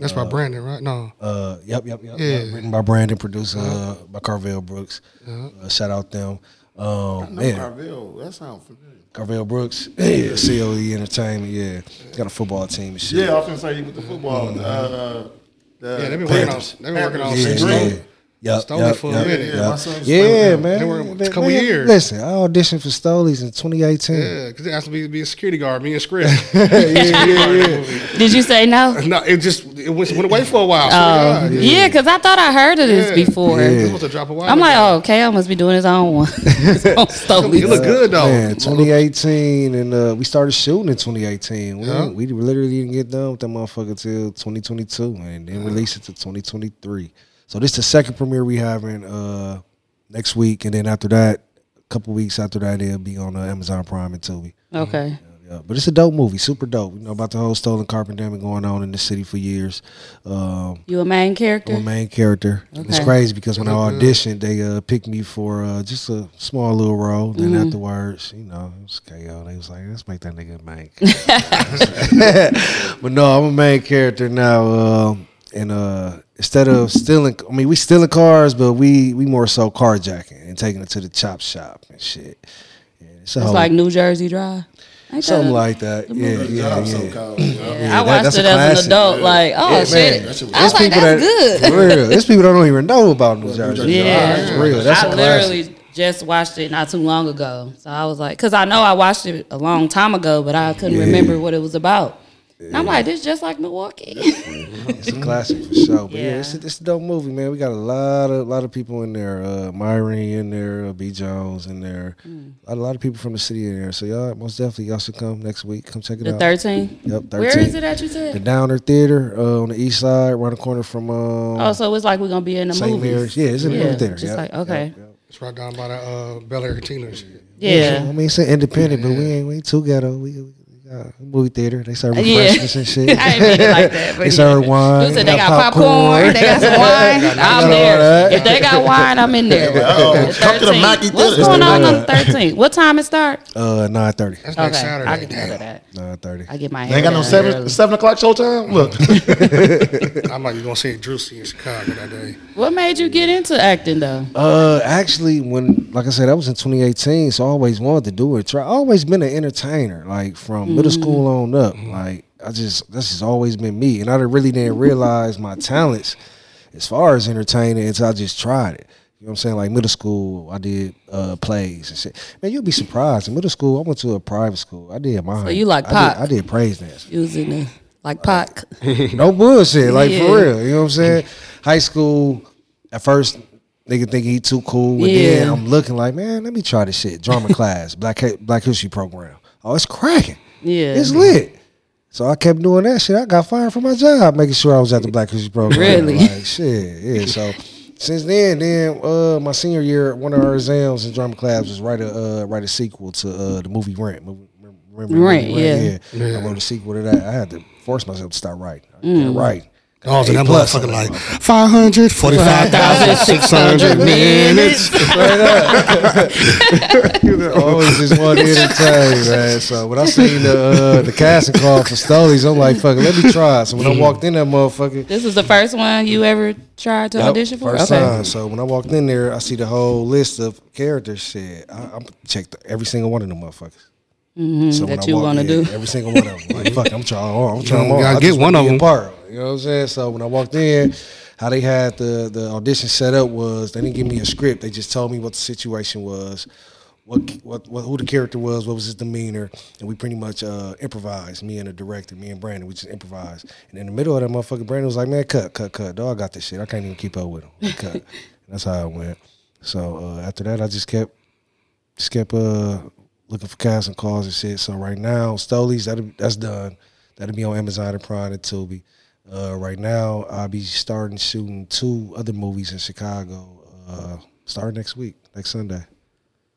That's by Brandon, right? No.
Uh, yep, yep, yep.
Yeah.
yep. Written by Brandon, produced uh, by Carvel Brooks. Uh, shout out them. Um, yeah,
Carvel, that sounds familiar.
Carvel Brooks, yeah, COE Entertainment, yeah. Got a football team and shit.
Yeah, I was gonna say with the football. Uh, the
Yeah, they been working on- they been working on
Panthers.
some
Green.
stuff.
Yep,
Stoley for a minute.
Yeah, my son's
Yeah,
Stoley.
man.
They were a
Man,
couple
man,
years.
Listen, I auditioned for Stoley's in 2018.
Yeah, because they asked me to be a security guard, me and Script.
Did you say no?
no, it just it went, went away for a while.
Oh,
swear to God.
yeah, because I thought I heard of this
Yeah.
before.
It was supposed to drop a while
I'm like,
ago.
oh, Kale must be doing his own one. His own Stoley.
You look good though.
Man, 2018, and uh, we started shooting in 2018. We,
Yeah.
we literally didn't get done with that motherfucker till 2022, and then release it to 2023. So this is the second premiere we having uh, next week, and then after that, a couple weeks after that, it'll be on uh, Amazon Prime and Tubi.
Okay.
Yeah, but it's a dope movie, super dope. You know about the whole stolen car pandemic going on in the city for years. Um,
You a main character?
I'm a main character. And It's
Okay.
crazy because when I
Mhm.
auditioned, they uh, picked me for uh, just a small little role. Then
Mhm.
afterwards, you know, it was KO. They was like, let's make that nigga a main. character." but no, I'm a main character now. Um and uh, instead of stealing, I mean, we stealing cars, but we we more so carjacking and taking it to the chop shop and shit. Yeah,
It's like New Jersey Drive. Ain't
Something
that a-
like that.
the
Yeah,
movie?
yeah,
Job
yeah.
so-called.
yeah.
I watched
that's a
it as an
classic.
adult, like, oh, shit. I
man.
was
There's
like,
people
that's good.
For real. There's people that don't even know about New Jersey. Drive.
Yeah,
It's real. That's
I
a classic.
literally just watched it not too long ago, so I was like, because I know I watched it a long time ago, but I couldn't
Yeah.
remember what it was about. And I'm like, this just like Milwaukee.
It's a classic for sure. But yeah,
Mm-hmm. Yeah.
it's, a, it's a dope movie, man. We got a lot of lot of people in there. Uh, Myron in there, uh, B Jones in there.
Mm.
A lot of people from the city in there. So y'all most definitely y'all should come next week. Come check it
The
out.
13?
Yep. 13.
Where is it at, you said?
The Downer Theater uh, on the east side, around the corner from. Um,
oh, so it's like we're gonna be in the
St.
movies.
Mary's. Yeah, it's in the movie theater.
Just
Yep,
like okay,
It's right down by the uh, Bel Air Tina and shit.
yeah.
I mean, it's an independent, but we ain't we ain't too ghetto. We, we got a movie theater. They serve
Yeah.
refreshments and shit.
I didn't mean it like that, but
they serve wine.
You said they got popcorn, they got some wine.
They got all
I'm there.
that. Oh,
If they got wine, I'm in there.
Uh-oh. Come to the
13.
Mackey
What's
Theater.
going on on the 13th? What time it start?
Uh, nine thirty.
That's
Okay,
next Saturday.
I can go to that.
Nine thirty.
I get my
They
hair.
ain't got no
done
seven
early.
seven o'clock showtime. Look,
I might be gonna see Drusy in Chicago that day.
What made you get into acting though?
Uh, actually, when like I said, that was in 2018, so I always wanted to do it. Try, I always been an entertainer, like from middle
Mm.
school on up.
Mm-hmm.
Like I just this has always been me, and I didn't- really didn't realize my talents as far as entertaining until I just tried it. You know what I'm saying? Like middle school, I did uh, plays and shit. Man, you'll be surprised. In middle school, I went to a private school. I did mine.
you like
I
Pac.
did, I did praise dance.
You was in the like Pac.
No bullshit, like
Yeah.
for real. You know what I'm saying? High school, at first, nigga think he too cool. And then
Yeah.
I'm looking like, man, let me try this shit. Drama class, Black Hi- Black History program. Oh, it's cracking.
Yeah.
It's lit. So I kept doing that shit. I got fired from my job, making sure I was at the Black History program.
Really?
Like shit. Yeah. So since then, then uh, my senior year, one of our exams in drama class was write a uh, write a sequel to uh, the movie Rent. Remember the movie
Rent, yeah.
yeah. I wrote a sequel to that. I had to force myself to start writing. I
Mm.
can't write.
Oh, so
A
that
plus.
motherfucker like 545,600 minutes.
always just want to entertain, man. So when I seen the uh, the casting call for Stolies, I'm like, fuck it, let me try. it. So when I walked in that motherfucker,
This is the first one you ever tried to
Yep,
audition for.
first time. So when I walked in there, I see the whole list of characters. Shit, I, I checked every single one of them motherfuckers. So when
Mm-hmm. that
I
you
walked
want to
in,
do.
every single one of them. Like fuck, I'm trying. all- I'm trying all.
gotta
I
get
just
one
wanna
of
be a
them.
Part. You know what I'm saying? So when I walked in, how they had the the audition set up was they didn't give me a script. They just told me what the situation was. What, what, what who the character was, what was his demeanor, and we pretty much uh, improvised. Me and the director, me and Brandon, we just improvised. And in the middle of that motherfucker, Brandon was like, "Man, cut, cut, cut, dog, I got this shit. I can't even keep up with him. Like, cut." And that's how it went. So uh, after that, I just kept just kept uh looking for casting calls and shit. So right now, Stolies, that that's done. That'll be on Amazon and Prime and Tubi. Uh, right now, I'll be starting shooting two other movies in Chicago. Uh, starting next week, next Sunday.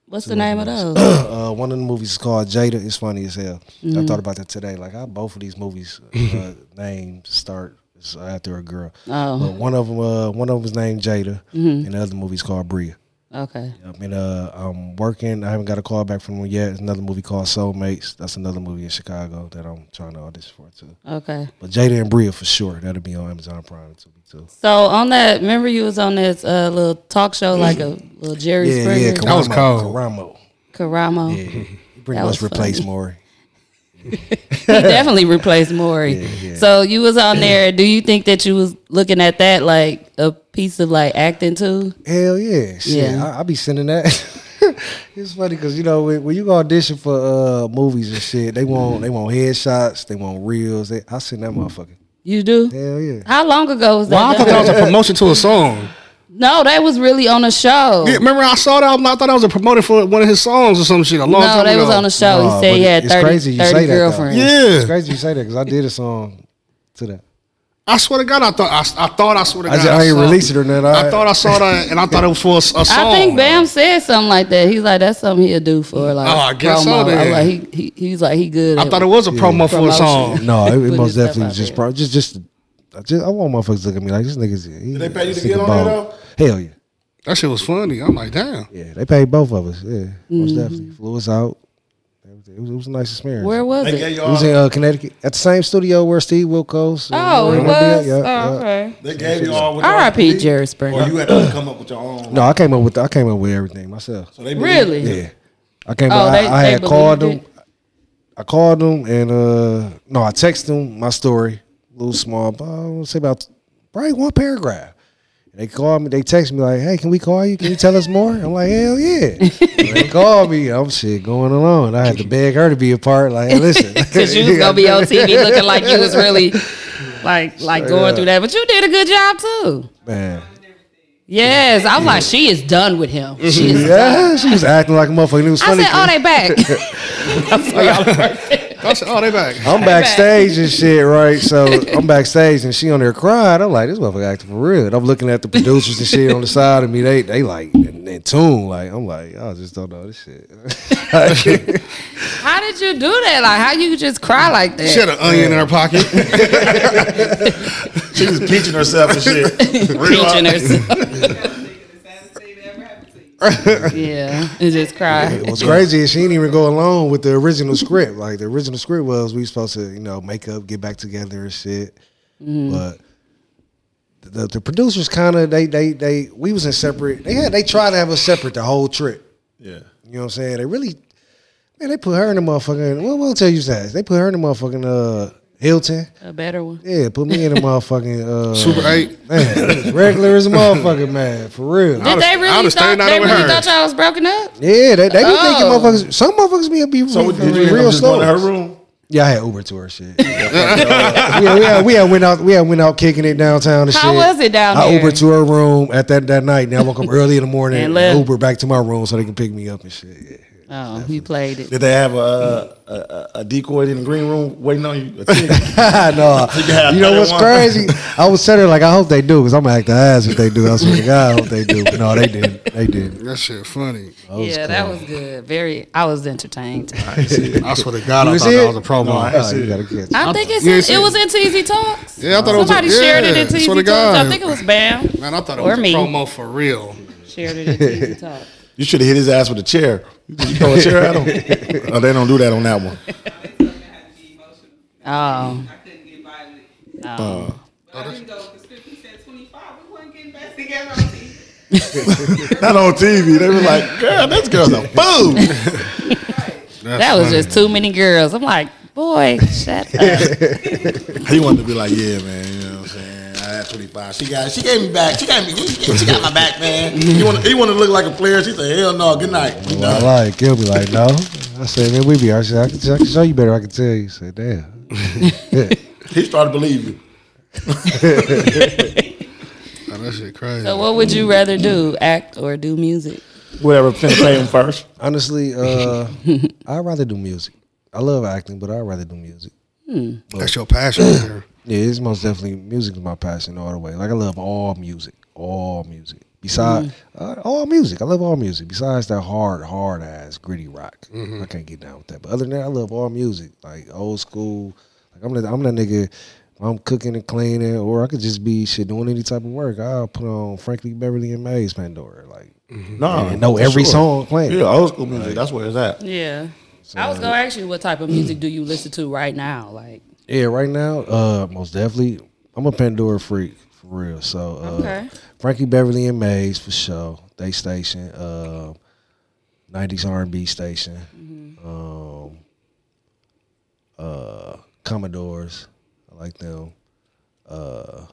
What's the name of those?
Uh, one of the movies is called Jada. It's funny as hell. I thought about that today. Like, how both of these movies uh, names start is after a girl.
Oh.
But one of them, uh, one of them is named Jada, and the other movie's called Bria.
okay.
I mean, uh, I'm working. I haven't got a call back from them yet. It's another movie called Soulmates. That's another movie in Chicago that I'm trying to audition for too.
Okay.
But Jada and Bria for sure. That'll be on Amazon Prime too. too.
So on that, remember you was on this uh, little talk show like a little Jerry
Yeah,
Springer,
yeah. Karamo,
That was cold.
Karamo.
Karamo.
He pretty
That was
much replaced
funny.
Maury.
He definitely replaced Maury.
Yeah, yeah.
So you was on there. Do you think that you was looking at that like a piece of like acting too?
Hell yeah. Shit,
Yeah.
I, I be sending that. it's funny because you know when, when you go audition for uh, movies and shit, they want they want headshots, they want reels. They, I send that motherfucker.
You do.
Hell yeah.
How long ago was that?
Well, I thought
done?
that was a promotion to a song.
no, that was really on a show.
Yeah, remember I saw that. I thought that was a promotion for one of his songs or some shit a long
No,
time
they
ago.
was on a show.
Nah,
he said
but
he had
it's
30,
crazy you
30
say that, though.
girlfriends.
It's
Yeah.
crazy you say that because I did a song to that.
I swear to God, I thought I, I thought I swear to
I
God,
just- I ain't
saw-
released it or nothing.
I,
I-
thought I saw that, and I thought it was for a, a song.
I think Bam said something like that. He's like, that's something he'll do for like
Oh, I guess so
promo.
then.
I'm like, he, he he's like he good.
I
at
thought it was a promo for a song.
No, it, it
Putting
most
his stuff
definitely
out
was just
there.
pro- just just. I just I want motherfuckers to look at me like this niggas. Did
they pay you to get on there,
Hell yeah,
That shit was funny. I'm like, damn.
yeah. They paid both of us. Yeah, most
Mm-hmm.
definitely. Flew us out. It was, it was a nice experience.
Where was
They
it?
gave
It was
y'all,
in uh, Connecticut at the same studio where Steve Wilkos. uh,
Oh, it
Yeah,
was.
yeah, yeah.
oh, okay.
they gave you all. what y'all
R.I.P.
need?
Jerry
Or
Springer.
you had to come up with your own.
No, I came up with I came up with everything myself.
So they believe-
Really?
Yeah, I came.
Oh,
up,
they-
I, I
they
had called him.
believed
I called him and uh no, I texted him my story, little small, but I want to say about probably one paragraph. And They called me. They text me like, "Hey, can we call you? Can you tell us more?" I'm like, "Hell yeah!" they called me. I'm shit going along. I had to beg her to be a part. Like, hey, listen,
Because you was gonna be on TV looking like you was really like like going through that, but you did a good job too.
man.
Yes, I was like, she is done with him. She is done.
Yeah, she was acting like a motherfucker. It was
I
funny.
said,
'cause-
oh, they back.
I said, oh, they back.
I'm backstage and shit, right? So I'm backstage and she on there crying. I'm like, this motherfucker acting for real. And I'm looking at the producers and shit on the side of me. They they like in, in tune. Like I'm like, I just don't know this shit.
how did you do that? Like, how you just cry like that?
She had an onion in her pocket.
She was pinching herself and shit. Real
Pinching
life.
herself. yeah, and just cry.
What's crazy is she didn't even go along with the original script. Like the original script was we supposed to you know make up, get back together and shit.
Mm-hmm.
But the, the producers kind of they they they we was in separate. They had they tried to have us separate the whole trip.
Yeah.
You know what I'm saying? They really, man, they put her in the motherfucking, well, we'll tell you guys. They put her in the motherfucking uh, Hilton.
A better one.
Yeah, put me in the motherfucking, uh,
Super eight.
man, regular as a motherfucker, man, for real.
Did they
I
really
was
thought
standing out
they
over
really
her.
thought y'all was broken up?
Yeah, they, they be
Oh.
thinking motherfuckers, some motherfuckers be, be
So did you end up
real
just going to her
slow.
room?
Yeah, I had Uber to her shit. yeah, we had, we had went out, we had went out kicking it downtown and
How
shit.
was it down
I
there?
Uber to her room at that, that night. Now I woke up early in the morning
And
and,
left.
Uber back to my room so they can pick me up and shit. Yeah.
Oh, he played it.
Did they have a, uh, a, a, a decoy in the green room waiting on you?
no,
got
you know what's
31.
crazy? I was sitting there like, I hope they do, because I'm gonna act the ass if they do. I swear to God, I hope they do. But no, they didn't. They didn't.
That shit funny.
yeah, that was good. Very, I was entertained.
I swear to God, I
was
thought that
it?
was a promo.
Oh, you gotta catch.
I think it's
You
in, it
ain't seen
was in TZ Talks.
Yeah, I thought it was-
Somebody shared it
yeah,
in TZ
swear to
Talks.
God.
I think it was Bam
Man, I thought it
Or
was a
me.
promo for real.
shared it in TZ Talks.
You should have hit his ass with a chair. You throw a chair at him. Oh, they don't do that on that one.
Oh,
Not on TV. They were like, girl, this girl's a fool.
that was just too many girls. I'm like, boy, shut up.
He wanted to be like, yeah, man, you know what I'm saying? I had 25. She got, she gave me back. She gave me, she got my back, man. He wanted, he wanted to look like a player. She said, hell no, good night. We
I
done.
like. He'll be like, no. I said, man, we be. I said, I can, I can show you better. I can tell you. He said, damn.
He started to believe you.
Oh, that shit crazy.
So, what would you rather do, act or do music?
Whatever, finna pay him first.
Honestly, uh, I'd rather do music. I love acting, but I'd rather do music.
That's your passion right there.
Yeah, it's most definitely music is my passion all the way. Like I love all music, all music. Besides uh, all music, I love all music. Besides that hard, hard ass gritty rock,
Mm-hmm.
I can't get down with that. But other than that, I love all music, like old school. Like I'm that, I'm that nigga. I'm cooking and cleaning, or I could just be shit doing any type of work. I'll put on Frankie Beverly and Mays Pandora, like
No,
and know
Mm-hmm. for
every
sure.
song playing.
Yeah, old school music. That's where it's at.
Yeah. I was gonna ask you what type of music do you listen to right now? Like,
Yeah, right now, uh, most definitely, I'm a Pandora freak for real. So, uh,
Okay.
Frankie Beverly and Mays for sure. They station, uh, '90s R&B station.
Mm-hmm.
Um, uh, Commodores, I like them. Uh,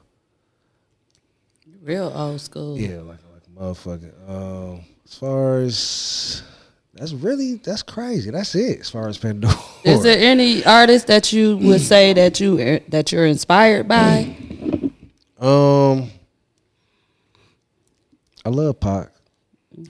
real old school.
yeah, like like a motherfucker. Um, as far as that's really that's crazy. That's it. As far as Pandora,
Is there any artist that you would say that you that you're inspired by?
Um, I love Pac.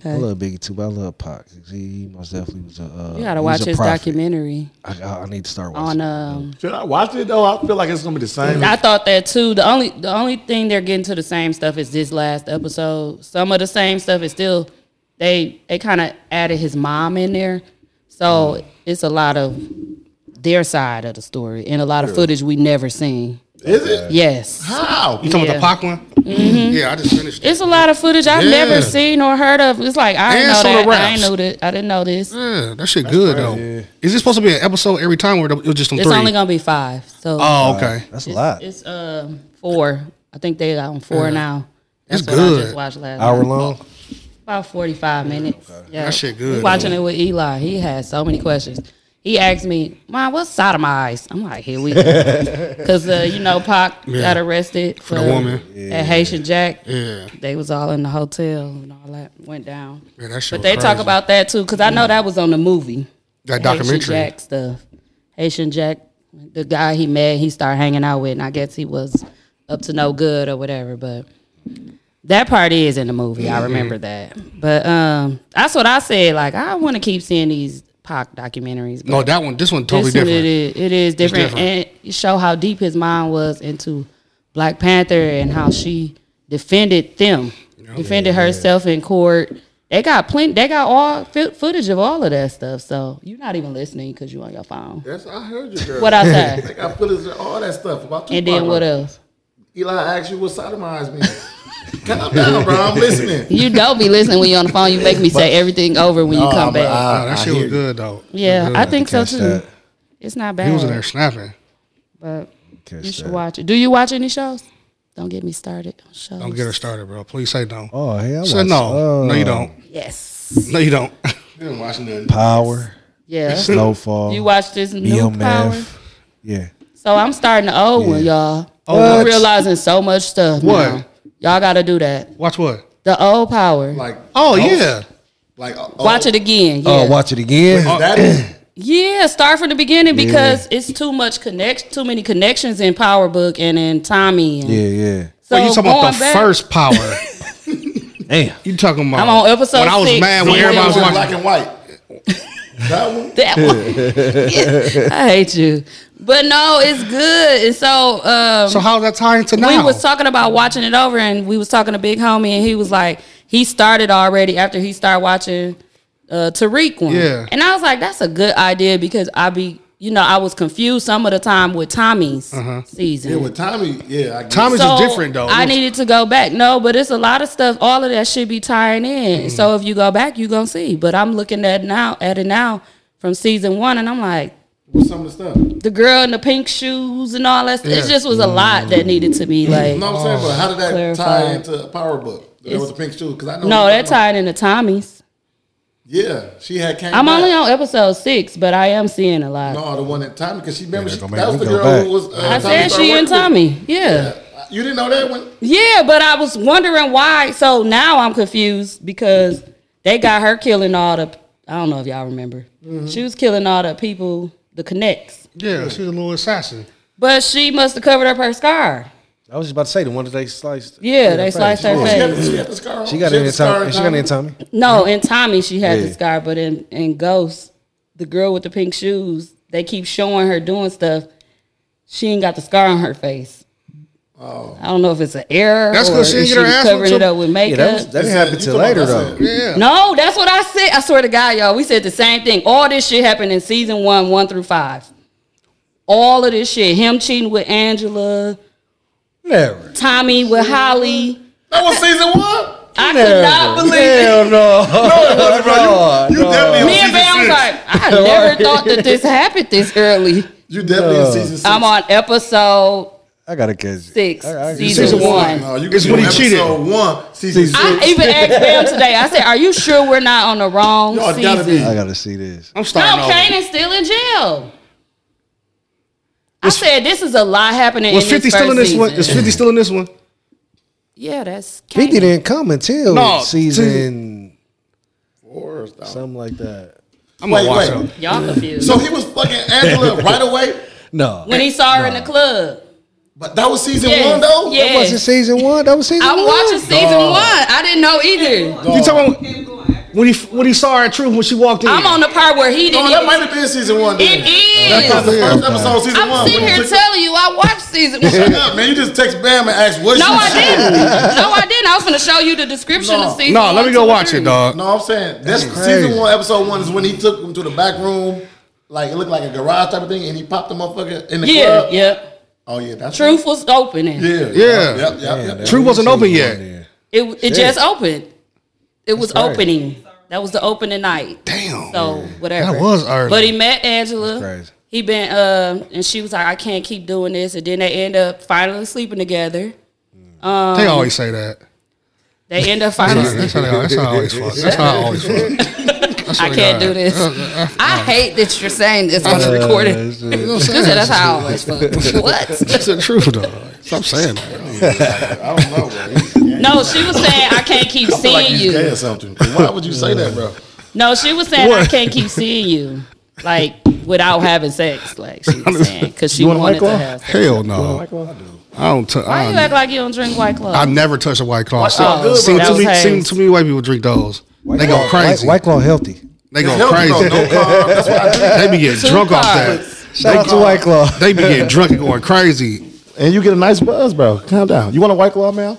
I love Biggie too, but I love Pac. He most definitely was a. Uh,
You gotta
he was
watch
a
his
prophet.
documentary
I, I, I need to start watching.
on um.
Should I watch it though? I feel like it's gonna be the same.
I thought that too. The only the only thing they're getting to the same stuff is this last episode. Some of the same stuff is still they they kind of added his mom in there, so it's a lot of their side of the story and a lot of footage we never seen.
Is it?
Yes,
How?
You talking about the
Yeah. Mm-hmm.
Pac one? Yeah, I just finished.
it's a lot of footage I've
Yeah.
never seen or heard of. It's like I
And
didn't know
some of
that. I
the raps. Mm.
didn't know that. I didn't know this.
Yeah, that shit good though. Is this supposed to be an episode every time or it was just on
It's
three?
only gonna be five. So
oh, okay.
That's a
it's,
lot.
It's um four. I think they on four now.
It's
That's what I
good.
just watched last
Hour
night.
long.
About forty five minutes. Yeah,
That shit good,
We watching it with Eli. He had so many questions. He asked me, "Mom, what's sodomized?" I'm like, "Here we go," because uh, you know Pac
Yeah.
got arrested for,
the woman.
at Haitian Jack.
Yeah.
They was all in the hotel and all that went down.
Yeah, that shit
But they
was
talk
crazy.
about that too, because I know that was on the movie.
that
Haitian
documentary.
Jack stuff. Haitian Jack, the guy he met, he started hanging out with, and I guess he was up to no good or whatever. But that part is in the movie.
Mm-hmm.
I remember that. But um, that's what I said. Like I want to keep seeing these Pac documentaries. but
No, that one. This one
this
totally
one, it
different.
is, it is different,
different.
and it show how deep his mind was into Black Panther and how she defended them, defended herself in court. They got plenty. They got all fi- footage of all of that stuff. So you're not even listening because you on your phone.
That's I heard you, girl.
What I said.
I got feelings and all that stuff about Tupac.
and then what
bro.
else?
Eli asked you what sodomized me. Calm down, bro. I'm listening.
You don't be listening when you're on the phone. You make me say everything over when you come back.
Nah, that shit was good though.
yeah, I think so
Catch
too.
that.
It's not
He was in there
bad,
snapping.
but
Catch
you should
that.
watch it. Do you watch any shows? Don't get me started on shows.
Don't get her started, bro. Please say no.
Oh hey, I uh,
say
watch-
no. no, you don't.
Yes.
No, you don't. uh, you don't watch nothing.
Power,
Yeah.
Snowfall.
You watch this new
BMF.
power.
Yeah.
So I'm starting the old one, y'all.
Oh,
I'm
what?
realizing so much stuff.
What?
now. Y'all gotta do that.
Watch what?
The old power.
Like,
Oh yeah.
like uh,
watch
oh,
it again. Yeah.
Oh, watch it again.
Is that it?
yeah, start from the beginning because it's too much connect too many connections in Power Book and in Tommy. And
Yeah, yeah.
So
Well, you talking about
going
the
back-
first power?
Damn.
You talking about?
I'm on episode
When I was
six,
mad when
season
everybody was
one.
watching.
black and white. that one.
that one. I hate you. But no, it's good. And so um
So how's that tying to now?
we was talking about watching it over and we was talking to big homie and he was like he started already after he started watching uh tariq one
Yeah.
and i was like that's a good idea because i be you know i was confused some of the time with tommy's season
Yeah, with Tommy. Yeah, I get
Uh-huh. Tommy's
So,
is different though.
I needed to go back. No, but it's a lot of stuff. All of that should be tying in.
Mm-hmm.
So if you go back, you gonna see. But I'm looking at now at it now from season one, and I'm like,
with some of the stuff.
the girl in the pink shoes and all that. stuff.
Yeah.
It just was a lot that needed to be like.
No, I'm saying, but how did that tie
Clarify.
into Power Book? There
It's-
was a pink shoe because I know.
No,
you
that
know-
tied into Tommy's.
Yeah, she had came.
I'm
back.
only on episode six, but I am seeing a lot.
No, the one in Tommy because she remember
Yeah,
she,
go
that
back.
was the
We
girl
go
who
back.
was. Uh,
I said
Tommy started
she and
working with.
Tommy. Yeah.
You didn't know that one.
yeah. but I was wondering why. So now I'm confused because they got her killing all the. I don't know if y'all remember.
Mm-hmm.
She was killing all the people, the connects.
yeah, she's a little assassin.
But she must have covered up her scar.
I was just about to say the one that they sliced.
Yeah, they sliced her
She
face.
had, she had the scar. on.
She got
had
in
the
it,
scar
Tommy. She got in Tommy.
No, in Tommy she had the
Yeah.
scar, but in, in Ghost, the girl with the pink shoes, they keep showing her doing stuff. She ain't got the scar on her face. Oh. I don't know if it's an error.
That's 'cause
or if
she didn't get her
was
ass
covering
whooped
it up with
Yeah,
makeup.
that, was, that didn't happen
You
till
talking
later
about
though.
that?
Yeah.
no, that's what I said. I swear to God, y'all, we said the same thing. All this shit happened in season one, one through five. All of this shit, him cheating with Angela,
Never.
Tommy with Holly.
That was season one.
I could not believe it.
Hell no.
Bro, you, you definitely
Me
on
and
season
Bam was
six.
like, I never thought that this happened this early.
You definitely in season 6
I'm on episode
I gotta catch it.
six,
I- I-
season,
Season
one.
No, you
It's
could be
when
on
he cheated.
Episode one, season six.
I even asked Bam today. I said, "Are you sure we're not on the wrong
Y'all gotta
season?"
be.
I gotta see this.
I'm starting
No,
over.
Kanan's still in jail. I said, "This is a lot happening."
Was
in this
Fifty still in
first
this one?
season."
Is Fifty still in this one?
Yeah, that's Kanan.
Fifty didn't come until
No,
season
Or something.
something like that.
I'm gonna
Wait,
watch
wait.
it.
Y'all confused
So he was fucking Angela right away.
No.
when he saw her in the club.
But that was season
Yes,
one though.
yes.
That
That wasn't season one. That was season
I'm
one.
watching season one. I didn't know either.
You talking about when he when he saw her truth when she walked in?
I'm on the part where he
No,
didn't.
that might have been season one. Then.
It is.
That's the first episode of season one.
I'm sitting
when you
here
took that-
telling you, I watched season one.
Shut up, man. You just text Bam and ask what
No,
she
I
said.
didn't. No, I didn't. I was gonna show you the description
No.
of season.
No, let
one,
me
two,
go
and
watch it,
three.
dog.
No, I'm saying that's
crazy.
season one, episode one is when he took him to the back room, like it looked like a garage type of thing, and he popped the motherfucker in the
Yeah,
club.
yeah.
Oh yeah, that's
Truth was opening.
Yeah,
Yeah.
Yep, yep, yep.
True wasn't open yet.
It it just opened. It was
That's right.
opening. That was the opening night.
Damn.
So whatever.
That was early.
But he met Angela.
That's crazy.
He been uh, and she was like, I can't keep doing this. And then they end up finally sleeping together.
they always say that.
They end up finally.
That's how, they, that's how I always fuck. That's how I always fuck.
I can't do this. I hate that you're saying this on the recording. You said that's how I always fuck. What?
That's the truth, dog. Stop saying that.
I don't know. Bro. You-
No, she was saying I can't keep
I feel like
seeing
you
you.
gay or something. Why would you say that, bro?
No, she was saying I
What?
can't keep seeing you, like without having sex. Like she was saying, because she
You want a
wanted
white
to
claw?
have. Sex.
Hell no. I don't. T-
Why
I,
you act like you don't drink White Claw?
I never touch a white claw.
White Claw good,
seen,
bro.
too
That was
many, seen
Hayes.
too many white people drink those. they go crazy.
White, White Claw healthy.
they go
Healthy, though,
crazy.
no harm. That's what I do.
they be getting
Two
drunk off that.
carbs.
Shout out to White Claw.
They be getting drunk and going crazy.
And you get a nice buzz, bro. Calm down. You want a white claw, man?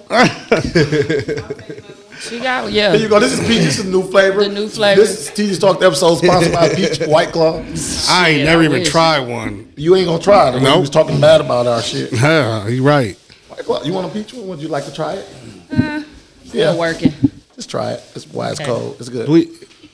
She got
Here you
yeah.
go. This is peach. This is a new flavor.
The new flavor.
This is TG's Talk episode sponsored by Peach White Claw.
I ain't
Shit,
never
I
even
wish.
tried one.
You ain't gonna try it. Nope.
Nope.
You was talking bad about our shit.
Yeah, you right.
White Claw, You want a peach one? Would you like to try it?
Still working.
Just try it. It's why it's
Uh, Okay.
cold. It's good.
We,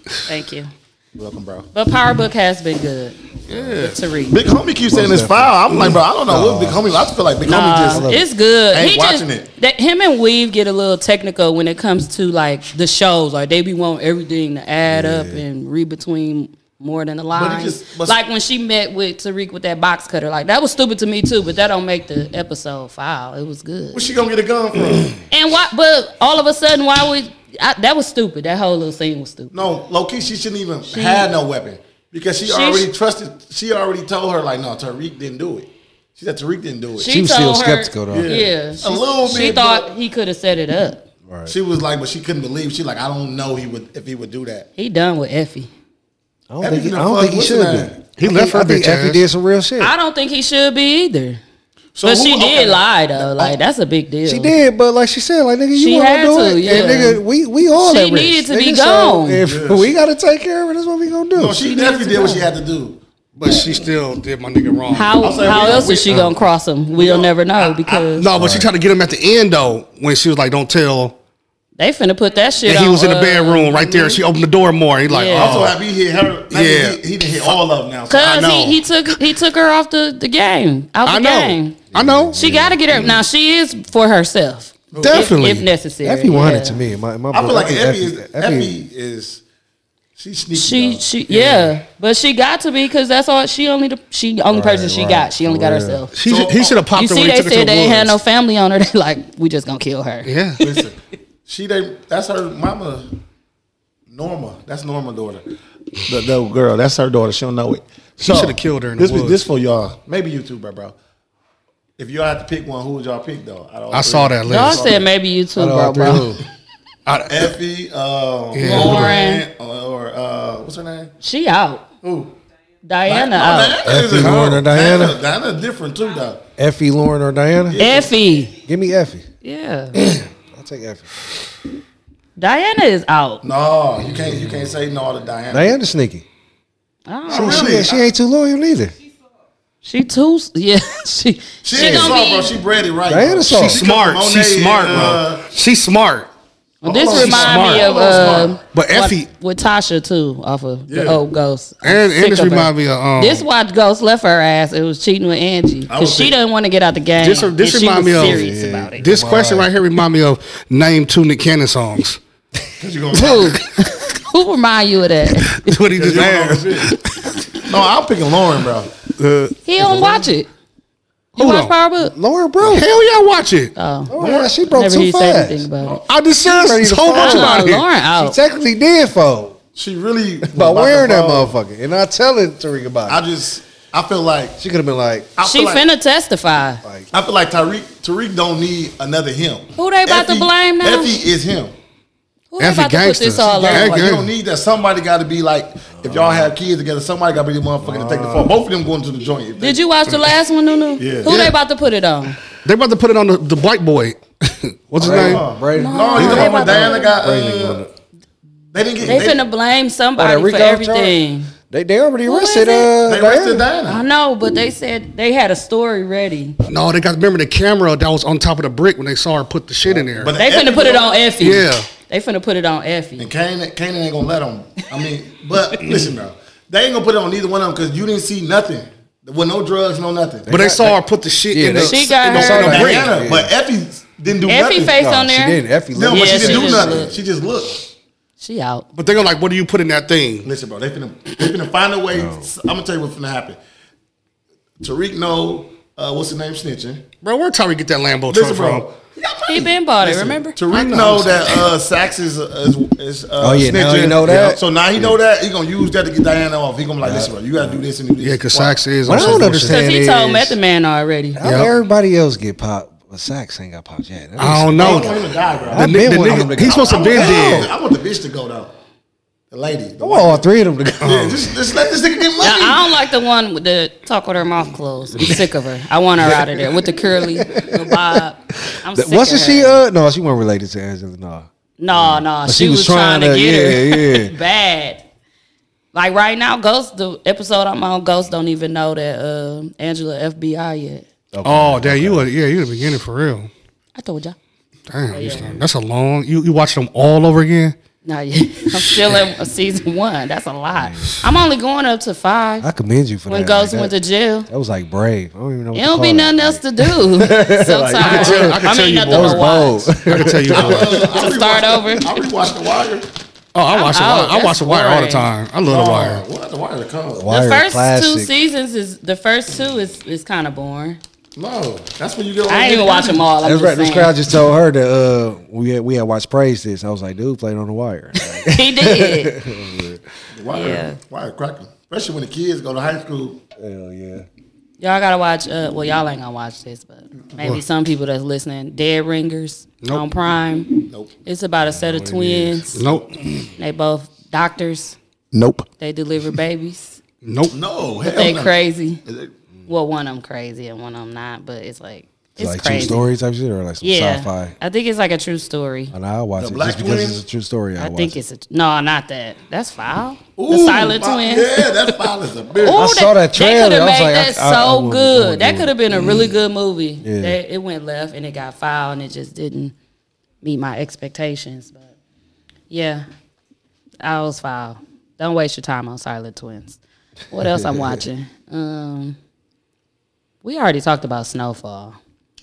Thank you.
Welcome, bro.
But Power Book has been good. Yeah. To read.
Big homie keeps saying it's foul. I'm like, bro, I don't know what big homie. I feel like big homie just
Uh, it's good.
Ain't
he
watching
just,
it.
That him and Weave get a little technical when it comes to like the shows. Like they be wanting everything to add up and read between more than the
it
lines.
just- but-
like when she met with Tariq with that box cutter. Like that was stupid to me too, but that don't make the episode foul. It was good.
Where she gonna get a gun from?
And why? But all of a sudden, why would I, that was stupid? That whole little scene was stupid.
no, low key, she shouldn't even had no weapon because she,
She-
already trusted. She already told her like, no, Tariq didn't do it. She said Tariq didn't do it. She,
She was still
told her-
skeptical though.
Yeah, she,
A little
She
bit,
thought
but-
he could have set it up.
was like, but she couldn't believe. She like, I don't know he would if he would do that.
He done with Effie.
I don't think he, I don't
Fuck,
think he
what's
should
her
have
name?
been.
He
I
left
think-
her
I think
bitch
Effie
ass.
did some real shit.
I don't think he should be either.
So
but
who-
she
okay.
did lie though. Like that's a big deal.
She did, but like she said, like nigga,
She
you want
had
to do
to,
it,
yeah.
and nigga, we we all
She
that rich,
needed to be
nigga, so
gone.
if we gotta take care of it, that's what we gonna do.
No, she, definitely did what she had to do.
but she still did my nigga wrong.
How
I'm saying
how
we-
else
we-
is she gonna cross him? We'll never know because
No, but she tried to get him at the end though when she was like, "Don't tell."
they finna put that shit.
And he
on,
was in the
uh,
bedroom right there. She opened the door more. He like,
Yeah.
I'm so
oh,
happy he hit her. Yeah,
Yeah.
he, he didn't hit all of them now. So I
Cause
know.
he, he took he took her off the, the game out the
I know,
game.
I know,
She got to get her now. She is for herself if-
definitely.
if, necessary.
Effie wanted
yeah.
to me. My, my
I feel
book,
like
think
Effie is
Effie-
Effie is she sneaky.
She
dog.
she yeah. but she got to be because that's all she only the she only person she got. She only got herself.
She, he should have popped
You
her
see,
when he
they
took her to
said
the
they ain't had no
woods.
family on her. They like we just gonna kill her.
Yeah,
Listen, she they that's her mama, Norma. That's Norma's daughter. The, the girl, that's her daughter. She don't know it. So
shoulda killed her in the
this be-
woods.
This for y'all. Maybe you too, bro, bro. If y'all had to pick one, who would y'all pick though? out of all
I saw
three?
that
Y'all
list.
said maybe you too, bro, bro.
I,
Effie, uh,
Yeah.
Lauren, or uh, what's her name?
She out.
Who?
Diana
No,
out.
Diana is a
Effie,
girl.
Lauren, or Diana?
Diana, Diana's different too, though.
Effie, Lauren, or Diana.
Effie.
Give me Effie.
Yeah.
I'll take Effie.
Diana is out.
No, you can't. You can't say no to Diana.
Diana sneaky.
Oh,
She-
Really?
She, she ain't too loyal either.
she too. Yeah. She.
She,
She,
ain't
gonna
soft, bro.
be.
She bred it right.
Diana
bro.
soft.
she's smart.
Monet
She's smart,
and,
bro.
uh,
She's smart.
this
Hold on,
reminds
she's
me
smart.
of
Hold on,
uh,
smart.
But Effie,
with Tasha too, off of the
Yeah.
old Ghost. I'm
and, and
sick
this
of her.
remind me of um,
This why Ghost left her ass. It was cheating with Angie
I was
because she
thinking-
didn't want to get out the game.
This- this
and she
remind
was
me of-
serious about it.
This question right here remind me of name two Nick Cannon songs.
Cause you gonna-
Who? Who remind you of that?
That's what he just asked.
No, I'm picking Lauren, bro.
He don't watch it. You
Hold
watch
on.
Power Book?
Lauren broke.
Hell yeah, watch it.
Oh,
Lauren, she broke
never
too
he said
fast.
anything about it.
I just
ready
said
to
so much
fight.
about
Oh,
it.
Lauren
She
out.
technically did fold
She really
by
was about
wearing
to
that
fall.
motherfucker, and I telling Tariq about it.
I just I feel like
she could have been like,
I
She
feel like,
finna testify.
I feel like Tariq Tariq don't need another him.
Who they about to
Effie-
blame now?
Effie is him.
Who they
Effie
about to put this
gangster.
all
She
on?
gang-
Like, you
good.
don't need that. Somebody got to be like, if y'all have kids together, somebody got to be the motherfucker to take the fall. Both of them going to the joint. If they-
Did you watch the last one, Nunu?
Yeah.
Who
Yeah.
they about to put it on?
They about to put it on the, the black boy. What's his name?
uh, Brady.
No, he's the
they
one with
about to-
Diana got.
Brady nigga
Uh,
on it.
they didn't get.
They finna blame
Oh,
somebody
that
for
Rico
everything.
They, they already
Who is
arrested. Uh,
they
Diana.
arrested
I
Diana.
know, but they said they had a story ready.
No, they got remember the camera that was on top of the brick when they saw her put the shit in there.
But
They finna
Effie
put it
don't-
on Effie.
Yeah.
They finna put it on Effie.
And Kanan, Kanan ain't gonna let on. I mean, but listen though, they ain't gonna put it on either one of them because you didn't see nothing. There were no drugs, no nothing.
But they saw her put the shit
Yeah,
in the,
they-
She got
in the,
her-
on the brick.
Diana, but Effie didn't do
Effie
nothing.
face
No,
on
she
there.
didn't. Effie
no,
left.
but
Yeah,
she didn't
she
do
just
nothing.
looked.
She just looked.
She out.
But they're like, what do you put in that thing?
Listen, bro, they finna they finna find a way. I'm gonna tell you what's finna happen. Tariq, no, uh, what's the name? Snitching.
Bro, where Tyree get that Lambo truck
Listen,
from?
bro.
He been bought it, remember?
Tariq know, that uh, Sax is is, is uh,
Oh, yeah, now
snitching.
he know that.
So now he know that he gonna use that to get Diana off. He gonna be like, listen, bro, you gotta do this and do this.
Yeah, because
Why?
Sax is.
What
on
I
some
don't
bullshit.
Because he
Saying
told
is-
Method Man already.
How
Yep.
everybody else get popped, but Sax ain't got popped yet. That
I don't
is-
I
know.
don't want him to die, bro.
The,
I've
ni-
been
the
wanting him
nigga,
to go.
he's supposed to
I
be
want-
dead.
I want the bitch to go though. The lady. The
I want all
white-
three of them to go.
Yeah, just, just let this nigga get
I
money.
I don't like the one with the talk with her mouth closed. I'm sick of her. I want her out of there with the curly, the bob. I'm
That-
sick
Wasn't
of her.
she? Uh, no, she wasn't related to Angela. No,
No, no,
But
she, was, trying, to get
yeah,
her
yeah.
bad. Like right now, Ghost, the episode I'm on, Ghost don't even know that um, Angela FBI yet.
Oh, damn, you were, yeah, you were beginning for real.
I told y'all. Oh,
Damn, you son- that's a long. You you watch them all over again.
Not yet. I'm still in season one. That's a lot. I'm only going up to five.
I commend you for
when
that.
Ghost
Like,
went to
that,
jail,
that was like brave. I don't even know. What
it
to
don't
call
be
that.
nothing else to do. Sometimes I,
tell- I can tell
mean
you
nothing
more.
to watch.
That was bold.
I can tell you. oh,
I
To start over.
I rewatched The Wire. Oh,
I watch the
out.
wire. I
oh, That's
watch the wire all the
boring. Oh.
time. I love the wire.
What The Wire to come?
Wire
The first two
classic.
seasons is the first two is is kind of boring.
No, that's when you get.
I ain't even watch them all. I'm
That's
just
right. This crowd
saying.
just told her that uh, we had, we had watched praise this. I was like, dude, played on the wire. Like,
he did.
The Wire,
Yeah.
Wire cracking. Especially when the kids go to high school.
hell yeah.
Y'all gotta watch. Uh, well, y'all ain't gonna watch this, but maybe some people that's listening. Dead Ringers on Prime.
Nope.
It's about a set of twins.
Nope,
They both doctors.
Nope.
They deliver babies.
nope.
No, hell
Oh,
They
no.
crazy.
Is it-
Well, one of them crazy and one of them not, but it's like it's
like
crazy.
true story type shit or like some
Yeah,
sci-fi.
I think it's like a true story.
And I watch
The
it
Black
just because
Twins?
it's a true story. I,
I
watch
think
it.
it's a no, not that. That's foul. the
Ooh,
Silent
my-
Twins.
Yeah, that file is a bitch.
Ooh,
I saw that
They
trailer.
could
I
have
was
made
like, I-
that
I- I
so
wouldn't- I
good.
wouldn't
That
do
could have been a really good movie.
Yeah.
They- it went left and it got foul and it just didn't meet my expectations. But yeah, I was foul. Don't waste your time on Silent Twins. What else I'm watching? Um, we already talked about Snowfall.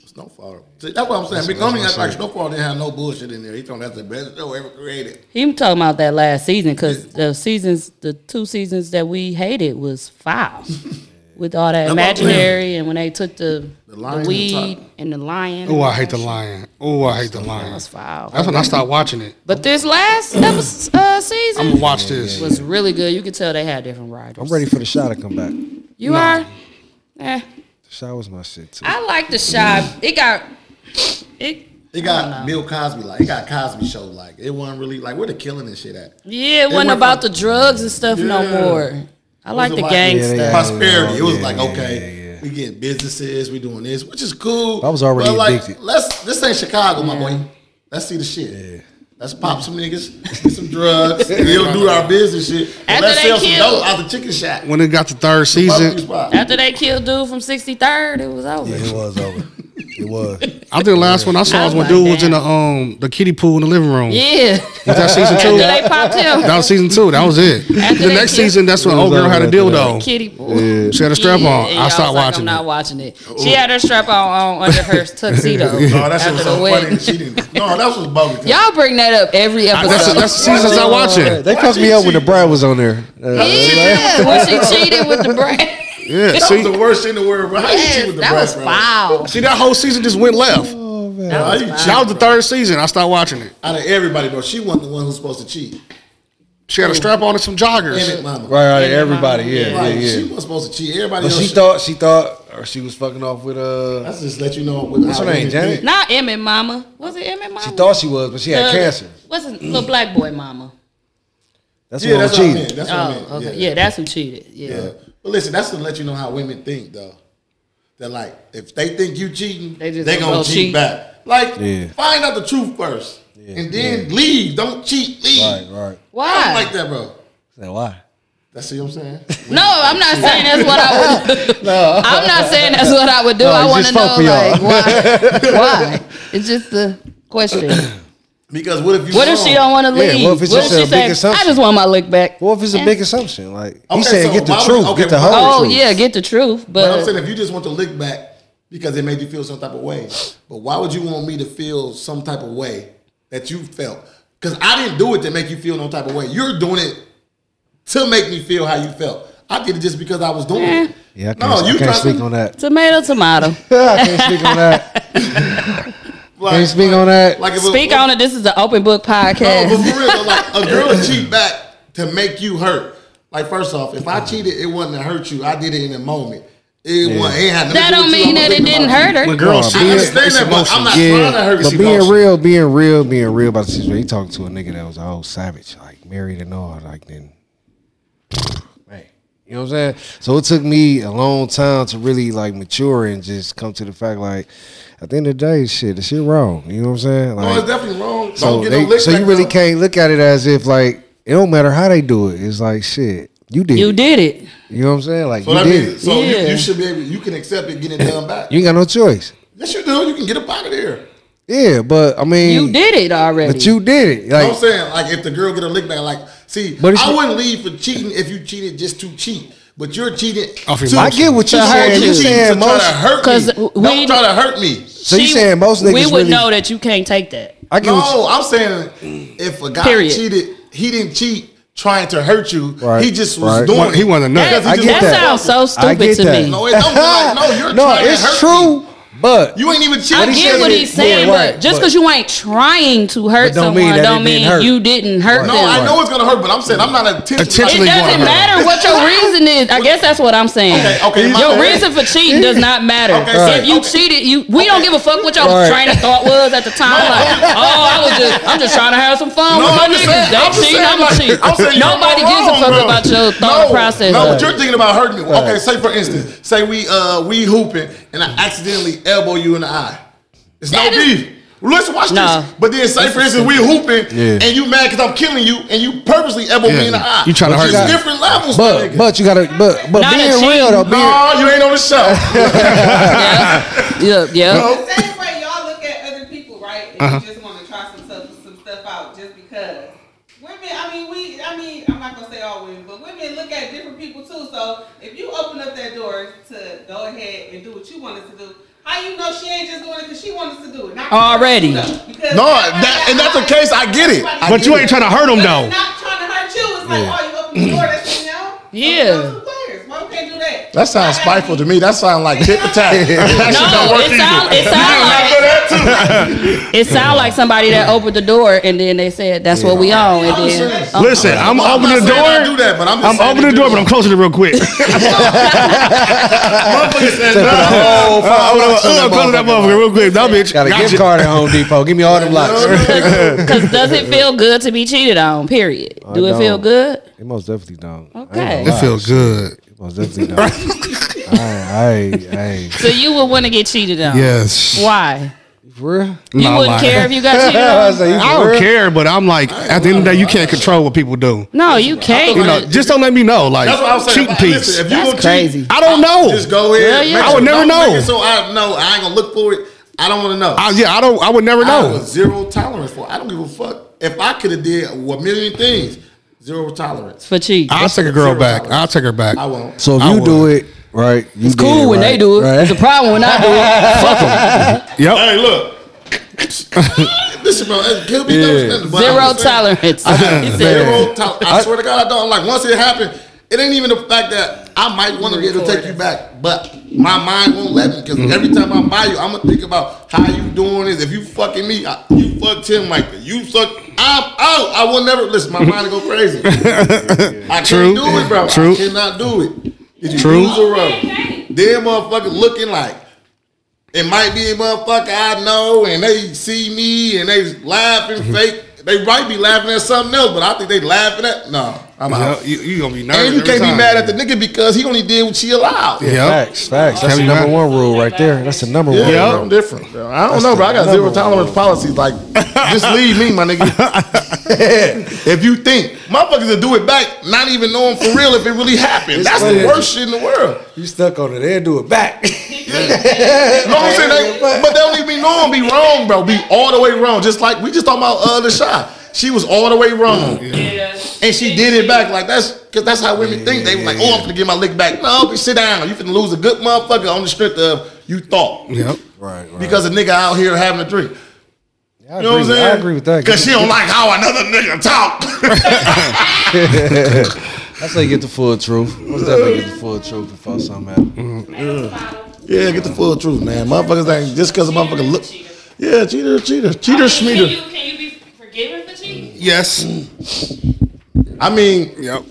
Snowfall. See, that's what I'm saying. Big Homie act like Snowfall didn't have no bullshit in there. He thought that's the best show ever created.
He was talking about that last season because the seasons, the two seasons that we hated was foul with all that
That's what I'm saying.
imaginary and when they took the,
The
the,
lion and the
weed
tiger.
and the lion.
Oh,
and
I
all
hate
that
the lion. Oh, I hate the
shit. That
lion.
was foul.
That's when I stopped watching it.
But this last episode, uh, season
I'm gonna watch this.
was really good. You could tell they had different writers.
I'm ready for the shot to come back. The
You are? Eh,
shot was my shit too.
I like the shot. It got it.
It got Bill Cosby like. It got Cosby show like. It wasn't really like where the killing and shit at.
Oh,
Yeah, it,
went
wasn't about
from-
the drugs and stuff
Yeah.
no more. I like the
about-
gang
Yeah, they
stuff.
had-
prosperity. It was
Yeah,
like,
yeah,
okay, we getting businesses, we doing this, which is cool.
I was already
but like,
addicted.
Let's this ain't Chicago, my boy. Let's see the shit. Let's pop some niggas, get some drugs, we'll do our business shit. and
After
let's
they
sell some
kill-
dope out the chicken shack.
When it got to third
Barbecue
season,
spot.
After they killed dude from 63rd, it was over.
It was over. It was.
I think the last one I saw was when dude was in the um the kiddie pool in the living room. Was
Yeah.
that season
After
two?
they popped
That
him.
was season two. That was it.
After
The
they
next
kill-
season, that's when
It was
old girl
over
had a
after that.
dildo.
Kitty boy.
She had a strap
Yeah,
on.
and
I
y'all was like,
stopped watching.
I'm
it.
not watching it. She had her strap on, on under her tuxedo.
No, that shit
after
was
the
so
wedding.
funny. She didn't. No, that was bogus.
Y'all bring that up every
I-
episode.
that's, that's the seasons I watch it.
They fucked me up when the bride was on there. Uh,
yeah, when she cheated with the brand.
Yeah,
That was
see,
the worst thing in the world. Bro. How you cheat
Yes,
with the
that was
breath, bro?
foul.
see that whole season just went left.
Bro, How you
That was
cheat
the third season. I stopped watching it.
out of everybody, bro? She wasn't the one who's supposed to cheat.
She had a strap on and some joggers.
Damn it, mama.
Right, right, everybody, yeah,
Right,
yeah, yeah.
She was supposed to cheat. Everybody
But
else.
she thought she thought or she was fucking off with uh.
That's just let you know.
What's her name, Janet?
Not Emmett Mama. Was it Emmett Mama?
She thought she was, but she had
The-
cancer.
What's his little black boy mama?
That's
yeah,
what
that's
that's
what I
cheating.
meant. That's what I meant.
Oh, okay. Yeah, that's who cheated.
Yeah.
Yeah.
But listen, that's to let you know how women think, though. They're like, if they think you cheating, they
They just
are
gonna
gonna
go
cheat,
cheat.
back. Like,
Yeah.
find out the truth first, and then leave. Don't cheat. Leave.
Right, right.
I
Why?
don't like that, bro.
Say why?
That's what I'm saying.
no, I'm not saying that's what I would. I'm not saying that's what I would do. I
he
want to
just
know
spoke for y'all.
like why? Why? It's just the question.
because what if you?
What if she don't want to
Yeah,
leave?
what if it's just a big
she say? I
assumption?
just want my lick back.
Well, if it's a
Eh.
big assumption, like
Okay,
he said,
so
get the
why would-
truth,
okay,
get the
but-
whole
Oh
truth.
yeah, get the truth. But,
But I'm saying if you just want to lick back because it made you feel some type of way, but why would you want me to feel some type of way that you felt? Because I didn't do it to make you feel no type of way. You're doing it to make me feel how you felt. I did it just because I was doing it.
Eh.
Yeah, I can't, I can't
trying
speak
to-
on that.
tomato, tomato.
I can't speak on that.
Like,
Can't speak on that.
Like if
Speak on it. This is an open book
No,
podcast.
Oh, but for real, though, like a girl will cheat back to make you hurt. Like first off, if I cheated, it wasn't to hurt you. I did it in a moment. It yeah. wasn't. It had nothing
that
to do
don't
with you.
mean
I'm
that
a
it
victim
didn't
of it.
hurt her.
When girls
I
see it,
understand
it's
that, but
emotional.
I'm not trying to hurt
Yeah,
you.
but being real, being real, being real about the situation. He talking to a nigga that was a whole savage, like married and all, like then. Man, you know what I'm saying? So it took me a long time to really like mature and just come to the fact, like at the end of the day, shit, the shit wrong. You know what I'm saying? Like,
No, Oh, it's definitely wrong.
so
don't get
they-
no lick
so
back,
you really
though.
can't look at it as if like it don't matter how they do it. It's like shit, you did.
You
it.
did it.
You know what I'm saying? Like
So,
you
that
did.
means,
it.
so
Yeah.
you, you should be able. You can accept it, getting it done back.
You ain't got no choice.
yes, you do. You can get up out of there.
Yeah, but I mean,
You did it already.
But you did it.
I'm
Like
saying, like, if the girl get a lick back, like, see,
But it's-
I wouldn't leave for cheating if you cheated just to cheat. But you're cheating.
Off your
to-
I
get what you're
to
saying.
hurt
You're
cheating
saying
to try
most-
to hurt
'Cause
me.
we-
Don't try to hurt me.
so, you saying most niggas
we would
really,
know that you can't take that.
I get what
No,
you-
I'm saying if a guy
Period.
cheated, he didn't cheat trying to hurt you.
Right,
He just was
right.
doing. it.
He wasn't a nut.
Because he
I
just
get
That
was-
that.
sounds so
I
stupid
get
to
that.
me.
No, it don't. Like, no, you're trying to
it's
hurt
true,
me.
but
You ain't even cheating.
I get what he's saying,
Yeah, right,
but just
but-
because you ain't trying to hurt
But don't mean
someone,
that it
don't
didn't
mean
hurt.
you didn't hurt
No,
them.
I know it's gonna hurt, but I'm saying I'm not intentionally.
It
Intentionally
Like,
want
doesn't
her.
matter what your reason is. I guess that's what I'm saying.
Okay, okay, my
Your
bad.
reason for cheating does not matter.
Okay, so-
If you
okay.
cheated, you we don't give a fuck what your
Right.
train of thought was at the time. Like, oh, I was just I'm just trying to have some fun
No,
with my
I'm just
niggas.
saying-
They
I'm just
cheat,
saying,
I'm
like,
gonna cheat.
I'm saying you're
Nobody
wrong,
gives a fuck
bro.
about your thought
no,
process.
No, but you're thinking about hurting me. Okay, say for instance, say we uh we hooping and I accidentally elbow you in the eye. It's no
That is-
beef. Let's watch
Nah.
this. But then say for instance we hooping
Yeah.
and you mad because I'm killing you and you purposely elbow me in the
Yeah.
eye.
You trying to
But
hurt
it's
me.
different levels, my
but
nigga.
but you gotta but but
Not a
being real
cheating.
though, being
no, you ain't on the show.
yeah, yeah.
The same way y'all look at other people, right? And
Uh-huh.
you just want to try some stuff, some stuff out just because. Women, I mean, we, I mean, I'm not gonna say all women, but women look at different people too. So if you open up that door to go ahead and do what you wanted to do, how you know she ain't just doing it because she wanted to do it? Not 'cause
Already.
you know, because
No,
everybody
that,
got
and that's the
eyes.
case. I get it. I
But
get
you
it.
ain't trying to hurt them
But
though.
it's not trying to hurt you. It's like, oh, you open the door, that's you know.
Yeah.
Those are players. Why we can't do that?
That sounds
Why gotta
spiteful
be-
to me. That sounds like tip for tap. That shit don't
No,
work
it sound,
either.
it sound like it sound like somebody that opened the door and then they said that's what we own and then oh,
I'm
Listen, I'm,
not
opening the
saying I
door.
do that, but I'm,
I'm opening the door, but I'm closing it real quick.
Oh, fuck,
I'm
locks on that
closing that motherfucker real quick. That bitch
got a gift card at Home Depot. Give me all them locks.
because does it feel good to be cheated on? Period. Do it
don't.
feel good?
It most definitely don't. I ain't
Okay.
gonna
It
lie.
feels good.
It most definitely don't. I, I,
So you would want to get cheated on?
Yes.
Why?
I, for real?
You
Nah,
wouldn't
like-
care if you got cheated
I
on?
say, you
I
for
don't
real?
care, but I'm like, at the end of the day, you can't control what people do.
No, you can't.
You know, just don't let me know. Like,
That's what I'm saying.
cheating
Listen,
piece.
if you
That's
gonna cheat,
crazy.
I don't know.
Just go in.
Hell yeah.
Make
I
would
sure-
never
don't make
know.
it So I know I ain't gonna look for it. I don't want to know.
I, yeah, I don't. I would never
I have
know.
a zero tolerance for. it. I don't give a fuck if I could have did a million things. Zero tolerance.
for cheat.
I'll take a girl back. I'll take her back.
I won't.
So if
I
you
would.
do it right, you
It's cool when they do it. It's a problem when I do it.
Yep.
look. Listen, bro. It could be
Yeah.
those things, but I'm
Zero
just saying,
tolerance. He said,
Zero tolerance. I swear to God, I don't. Like once it happened, It ain't even the fact that I might want to be able to take you back, but my mind won't let me because every time I'm by you, I'm gonna think about how you doing this. If you fucking me, I, you fucked him, Michael. You suck. I'm out. I will never listen. My mind will go crazy. I
True.
can't do it, bro.
True.
I cannot do it. Did you
True.
lose or rub? Them motherfucker looking like it might be a motherfucker I know, and they see me and they laughing fake. They might be laughing at something else, but I think they laughing at no. I'm
Yeah,
out.
You, you gonna be nervous.
And you
every
can't be
time.
mad at the nigga because he only did what she allowed.
Yeah, Facts, facts. That's the
Kelly
number
Ryan.
one rule right there. That's the number
Yeah,
one.
I'm
rule.
different. bro. I don't
That's
know,
the
bro. I got
number
zero
one
tolerance policies. Like, just leave me, my nigga. if you think motherfuckers will do it back, not even knowing for real if it really happened.
It's
That's
funny that
the worst shit in the world.
You stuck on it. They'll do it back.
You know what I'm saying? They- but they don't even be knowing be wrong, bro. Be all the way wrong. Just like we just talking about uh, the shot. She was all the way wrong. And she did it back. Like that's cause that's how women think. They was like, oh, I'm gonna get my lick back. No, bitch, sit down. You finna lose a good motherfucker on the strength of you thought.
Yep.
Right, right.
Because a nigga out here having a drink.
I
You know
agree
what I'm
with-
saying?
I agree with that.
Cause she don't like how another nigga talk.
That's how you get the full truth. Most definitely get the full truth before something happens.
yeah, get the full truth, man. Motherfuckers ain't just cause a motherfucker look. Yeah, cheater, cheater, cheater,
Can you,
schmeater.
can you be forgiven for cheating?
Yes. I mean,
yep.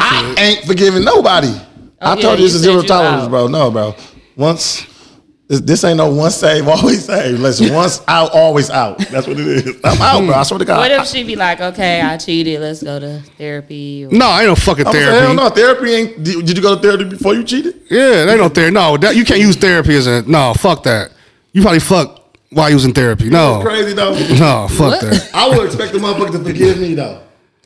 I ain't forgiving nobody.
Oh,
I
yeah,
told you
you
this is
said
zero
you
tolerance,
out.
bro. No, bro. Once this, this ain't no once save, always save. Listen, once out, always out. That's what it is. I'm out, bro. I swear to God.
What if she be like, okay, I cheated. Let's go to therapy. Or,
No, I ain't no fucking
I'm saying,
therapy.
Hell no, therapy ain't. Did, did you go to therapy before you cheated?
Yeah, they don't therapy. No, that, you can't use therapy as a no. Fuck that. You probably fuck while you was in therapy. No,
That's crazy though.
no, fuck that.
I would expect the motherfucker to forgive me though.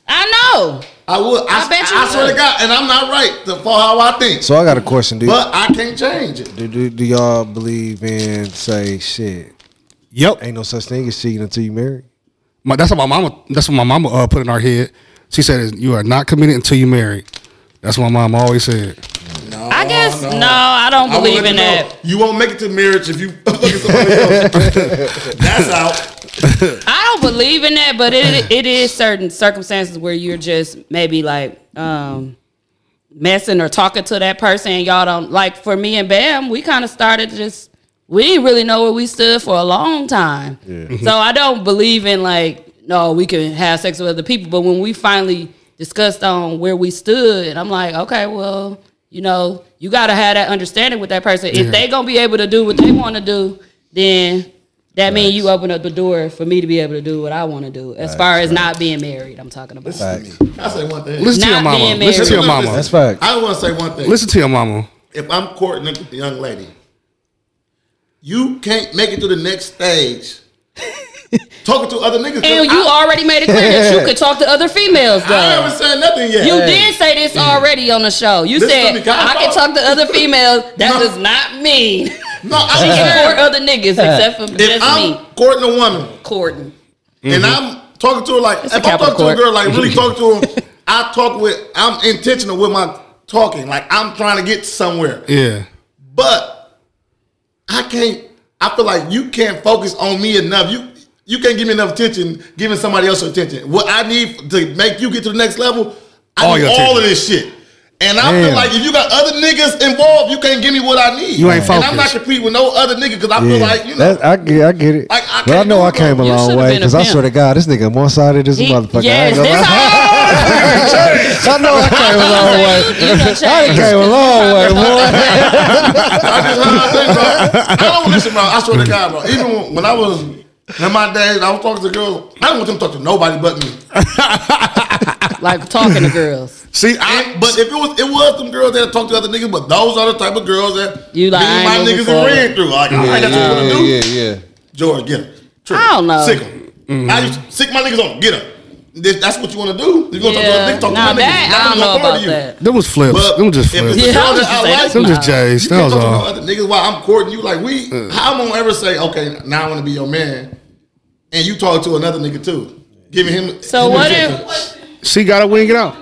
I know.
I would. I,
I bet you
I swear
would.
to God, and I'm not right to, for how I think,
So I got a question. Do,
but I can't change it.
do, do, do y'all believe in say shit?
Yep.
Ain't no such thing as cheating until you marry.
My, that's what my mama. That's what my mama uh, put in our head. She said, is, "You are not committed until you married." That's what my mom always said.
I guess no, I don't
Oh, I will
believe in
let you know,
that.
You won't make it to marriage if you look at somebody else. That's out.
I don't believe in that, but it it is certain circumstances where you're just maybe like um messing or talking to that person and y'all don't like for me and Bam, we kind of started just we didn't really know where we stood for a long time. So I don't believe in like no, we can have sex with other people, but when we finally discussed on where we stood, I'm like, okay, well, you know, you got to have that understanding with that person. If
Yeah.
they going to be able to do what they want to do, then that means you open up the door for me to be able to do what I want to do, as far as not being married. I'm talking about.
I say one thing.
Listen to your
Not
mama.
being
Listen to your
married.
mama.
That's fact.
I want to say one thing.
Listen to your mama.
if I'm courting a young lady, you can't make it to the next stage. Talking to other niggas. 'cause
And you
I,
already made it clear that you could talk to other females, though.
I haven't said Mm. nothing yet.
You did say this already on the show. You
Listen to
said
me, guys.
I can talk to other females. That
No.
does not mean she
No,
can
I
court other niggas except for
If
just
I'm
me
courting a woman
courting.
Mm-hmm.
and I'm talking to her like,
It's a
if I'm
capital
talking to a
court.
girl like really talking to her, I talk with, I'm intentional with my talking. Like I'm trying to get somewhere.
Yeah.
But I can't. I feel like you can't focus on me enough. You you can't give me enough attention, giving somebody else attention. What I need to make you get to the next level, I
All
need
your
all of
attention.
this shit. And I
Damn.
feel like if you got other niggas involved, you can't give me what I need.
You ain't
And I'm not
focused.
competing with no other nigga because I feel like you know.
That- I get, I get it.
I- I
but I
can't
know
do
I
it,
came a
You
long
should've
way
been a
because I
pimp.
swear to God, this nigga one sided as a
He-
motherfucker. I,
yes,
ain't gonna
this
lie. I know I came a long way. I done came a long way, boy.
I just heard thing, bro. I don't listen, bro. I swear to God, bro. Even when- when I was in my days, I was talking to girls. I don't want them to talk to nobody but me.
like talking to girls.
See, I
And- but if it was, it was some girls that talk to other niggas, but those are the type of girls that
You like,
me and
I
my
ain't moving
niggas and
forward.
ran through. Like, I ain't got nothing
Yeah, yeah,
to do.
yeah, yeah.
George, get him. Trigger.
I don't know.
Sick him. I used to sick my niggas on. 'em. Get him. If that's what you want to do, if you want to
Yeah,
talk to
now
other niggas, talk to my niggas.
that I
Not
don't
no
know
part of
about
you.
that.
them was flips.
But
them just
if it's
flips.
a
Yeah, I
girl
was
that
just saying,
I like,
that's
them just jays.
you
That
can't
was
talk to no
all.
other niggas while I'm courting you. Like we, how I'm gonna ever say, okay, now I want to be your man, and you talk to another nigga too, giving him.
So
him
what
attention.
if
She gotta wing it out.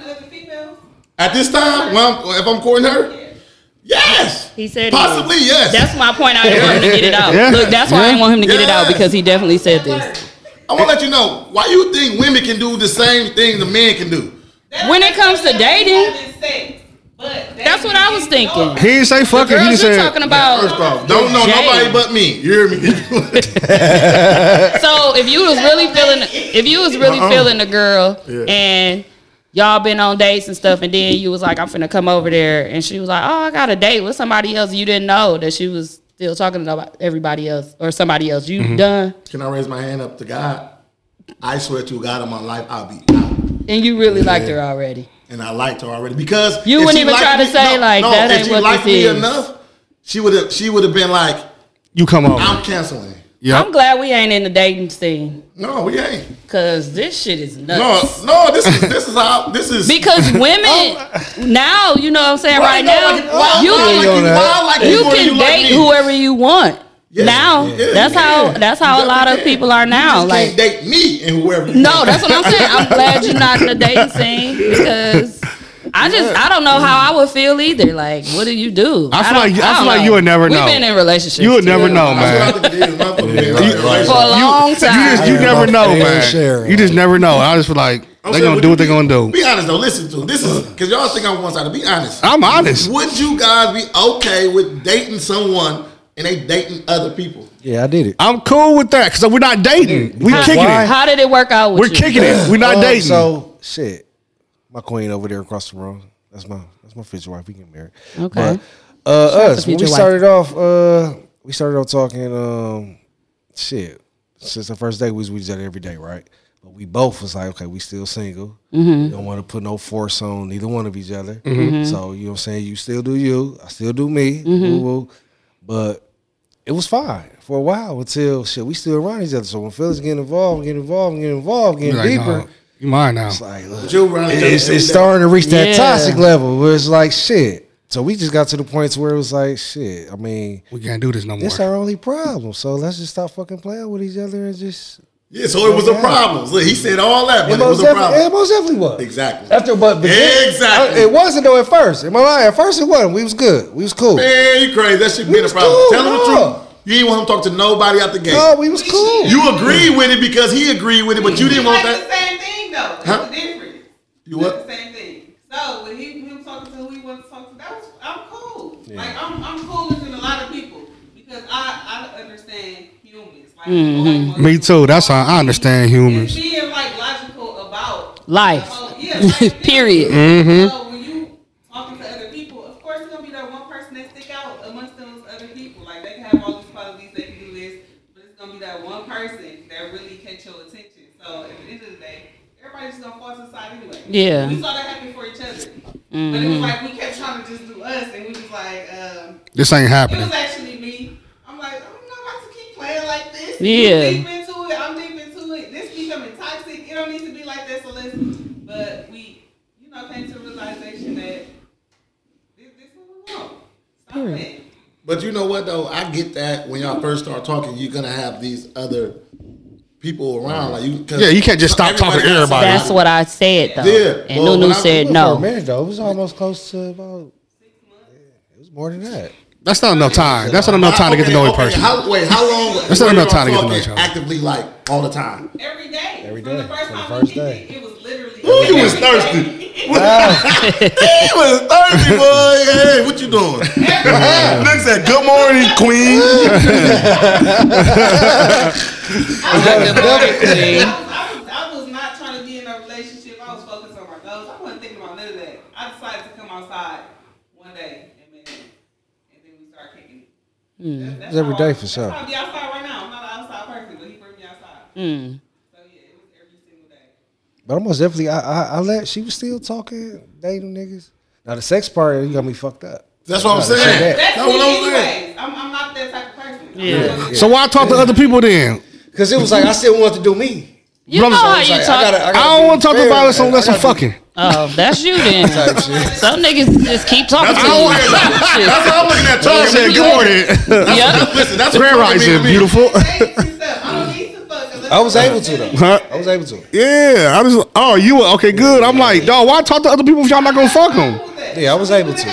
at this time? Well, I'm, if I'm courting her, yes,
he said he-
possibly yes.
That's my point. I didn't want him to get it out.
Yeah.
Look, that's why I didn't want him to get it out
Yeah.
because he definitely said this.
I want to let you know why you think women can do the same thing the men can do.
When it comes to dating,
Having sex.
That's what I was thinking.
He didn't say fuck
The
it, he
girls
just
you
said-
talking about.
First off, don't know
Jay.
nobody but me. You hear me?
So if you was really feeling, if you was really
Uh-uh.
feeling a girl
Yeah.
and y'all been on dates and stuff, and then you was like, I'm finna come over there, and she was like, Oh, I got a date with somebody else. You didn't know that she was still talking to nobody, everybody else or somebody else. You
Mhm.
done,
Can I raise my hand up to God? I swear to God, in my life, I'll be.
and you really liked her
Yeah.
already.
And I liked her already because
You
if
wouldn't
she
even
liked
try to
me-
say,
no,
like,
no,
that
if
ain't
she
what
liked
this
me
is.
enough, she would have. She would have been like,
You come over.
I'm canceling.
I'm glad we ain't in the dating scene.
No, we ain't.
Cause this shit is
No,
nuts.
no, this is this is how this is
Because women now, you know what I'm saying, right,
Right, no,
now,
like, Oh. why-
you
why like you-
can,
why like you
you
more than
can
you like
date
me?
whoever you want. now,
yeah,
that's
yeah.
how that's how a lot of people are now.
You
like
can't date me and whoever. You
No, that's what I'm saying. I'm glad you're not in the dating scene because I just I don't know how I would feel either. Like, what do you do?
I feel
don't-
like- I
don't
feel like you would never know.
We've been in relationships.
You would
too.
never know, man.
For a long time.
You just you
Yeah,
never
my
know,
fair
man.
share.
You just never know. I just feel like
I'm
they
saying,
gonna
would
do
you
what they gonna do.
Be honest though. Listen to this is because y'all think I'm one sided. Be honest.
I'm honest.
Would you guys be okay with dating someone and they dating other people?
Yeah, I did it. I'm cool with that because we're not dating. We
how,
kicking
why-
it.
How did it work out with
We're
you?
kicking it. We're not
Um,
dating.
So shit, my queen over there across the room. That's my that's my future wife. We get married.
Okay.
But, uh,
Shout out
us.
to
When we
future wife.
started off, uh, we started off talking. Um, shit. Since the first day, we was with each other every day, right? But we both was like, okay, we still single.
Mhm.
Don't want to put no force on neither one of each other.
Mm-hmm.
Mhm.
So you know what I'm saying? You still do you. I still do me.
Mhm.
Woo-woo. But it was fine for a while until shit. We still around each other. So when fellas getting involved, getting involved, getting involved, getting
You're like,
deeper.
no, you mine now.
But you around each other
It's,
every
it's
day.
starting to reach that
Yeah.
toxic level where it's like shit. So we just got to the point to where it was like shit. I mean,
we can't do this no more.
This our only problem. So let's just stop fucking playing with each other and just.
Yeah, so it was a problem. Look, he said all that, but it was
most
a
defi-
problem.
It most definitely was.
Exactly.
After, but, but then-
Exactly.
I- it wasn't though at first. Am I lying? At first it wasn't. We was good. We was cool.
Man, you crazy. That shit been a problem. Tell him the truth. You didn't want him to talk to nobody out the gate.
No, we was cool.
You agreed with it because he agreed with it, but you didn't want
It's
that.
the same thing though. It's
Huh?
the difference.
You what?
It's the same thing. So when he him talking to who he wants to talk to, that was I'm cool. Like I'm I'm cooler than a lot of people because I I understand humans. Like
Mm-hmm.
Mhm. Me too. That's how I understand humans.
being like logical about
Life.
Oh, yeah, like,
Period.
Mhm.
So when you talking to other people, of course it's gonna be that one person that stick out amongst those other people. Like they can have all these qualities, they can do this, but it's gonna be that one person that really catch your attention. So at the end of the day, everybody's gonna fall to the side anyway.
Yeah.
We saw that happen for each other. But it was
Mhm.
like we kept trying to just do us and we was like, um
This ain't happening.
It was actually me. I'm like, I'm not about to keep playing like this.
Yeah.
You deep into it, I'm deep into it. This becoming toxic. It don't need to be like that, so let's but we you know, came to the realization that
But you know what though, I get that when y'all first start talking, you're gonna have these other people around. Like you, 'cause
Yeah, you can't just stop
everybody
talking to
has
everybody.
That's what I said though.
Yeah.
And
Well,
Nunu
when I-
said
It
no.
was for a minute, though. It was almost close to about. Yeah, it was more than that.
That's not enough time. That's not enough time to get to know a person.
How, wait, how long?
That's not
were
enough time
y'all
to get to know
talking
each other.
Actively, like all the time.
Every day.
Every day.
From the
first day.
It was literally.
Ooh, you was thirsty. he was thirsty, boy. Hey, what you doing? Nick said, "Good morning, Queen."
I was, I was not trying to be in a relationship. I was focused on my goals. I wasn't thinking about none of that. I decided to come outside one day and then and then we start kicking. it.
Mm.
That's
It's every
how I-
day for
that's
sure.
how I be outside right now. I'm not an outside person, but he bring me outside.
Mm.
But I most definitely, I, I, I let. She was still talking, dating niggas. Now the sex part, you got me fucked up.
That's what I'm
I gotta say
saying.
that.
That's
That's what
me
I'm
anyways.
saying.
I'm, I'm not that type of person. I'm
Yeah.
not-
So why talk to other people then?
Because it was like I still wanted to do me.
You know how you
I,
talk-
gotta- gotta
I don't
be
wanna talk
fair,
about this
man.
unless
I
I'm
gotta be-
fucking.
Oh, that's you then. Some niggas just keep talking
That's
to
how
you.
I'm looking at-
Shit.
that's how I'm looking at Charles said, "Good morning." That's- that's- listen, that's what
Grand
fucking
rising,
mean to me.
beautiful.
I was able to though. I was able to.
Yeah, I just oh you were- okay good. I'm like dog, why talk to other people if y'all not gonna fuck them?
Yeah, I was able to.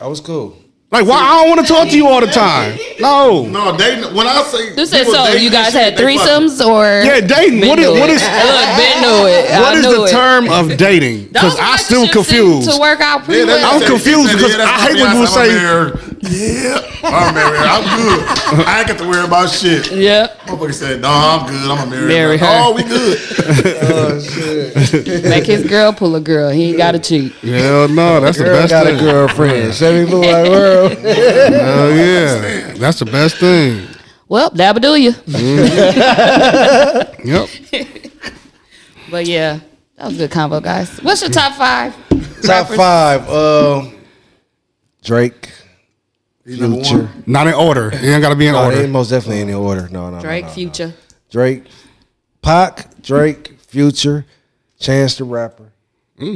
I was cool.
Like, why I don't want to talk to you all the time? No.
No, they when I say
You said
people
so.
dating
You
and
guys
shit,
had
they fucking-
threesomes or
Yeah, dating.
Ben
What is
knew
what
it.
is
Look, Ben knew it.
what
I
is
knew
the
it.
term of dating? Because
Those
I still
relationships seem
confused.
to work out pretty well.
I'm confused because I hate when people say
Yeah, I'm married. I'm good. I ain't got to worry about shit.
Yeah.
Motherfucker said, "No, I'm good. I'm a married.
Marry
man."
her.
Oh, we good. oh shit.
Make his girl pull a girl. He ain't got to cheat.
Hell no, that's the
Girl
best
got a
thing.
girlfriend. Send
me blue like world. Hell yeah. That's the best thing.
Well, that'll do you.
Mhm. Yep.
But yeah, that was a good combo, guys. What's your top five?
Top five. Um, Drake. Future.
Not in order. It ain't gotta be in
No, it
order.
ain't most definitely in order. No, no, no,
Drake,
no.
Future.
Drake, Pac, Drake, Future, Chance the Rapper,
Mm.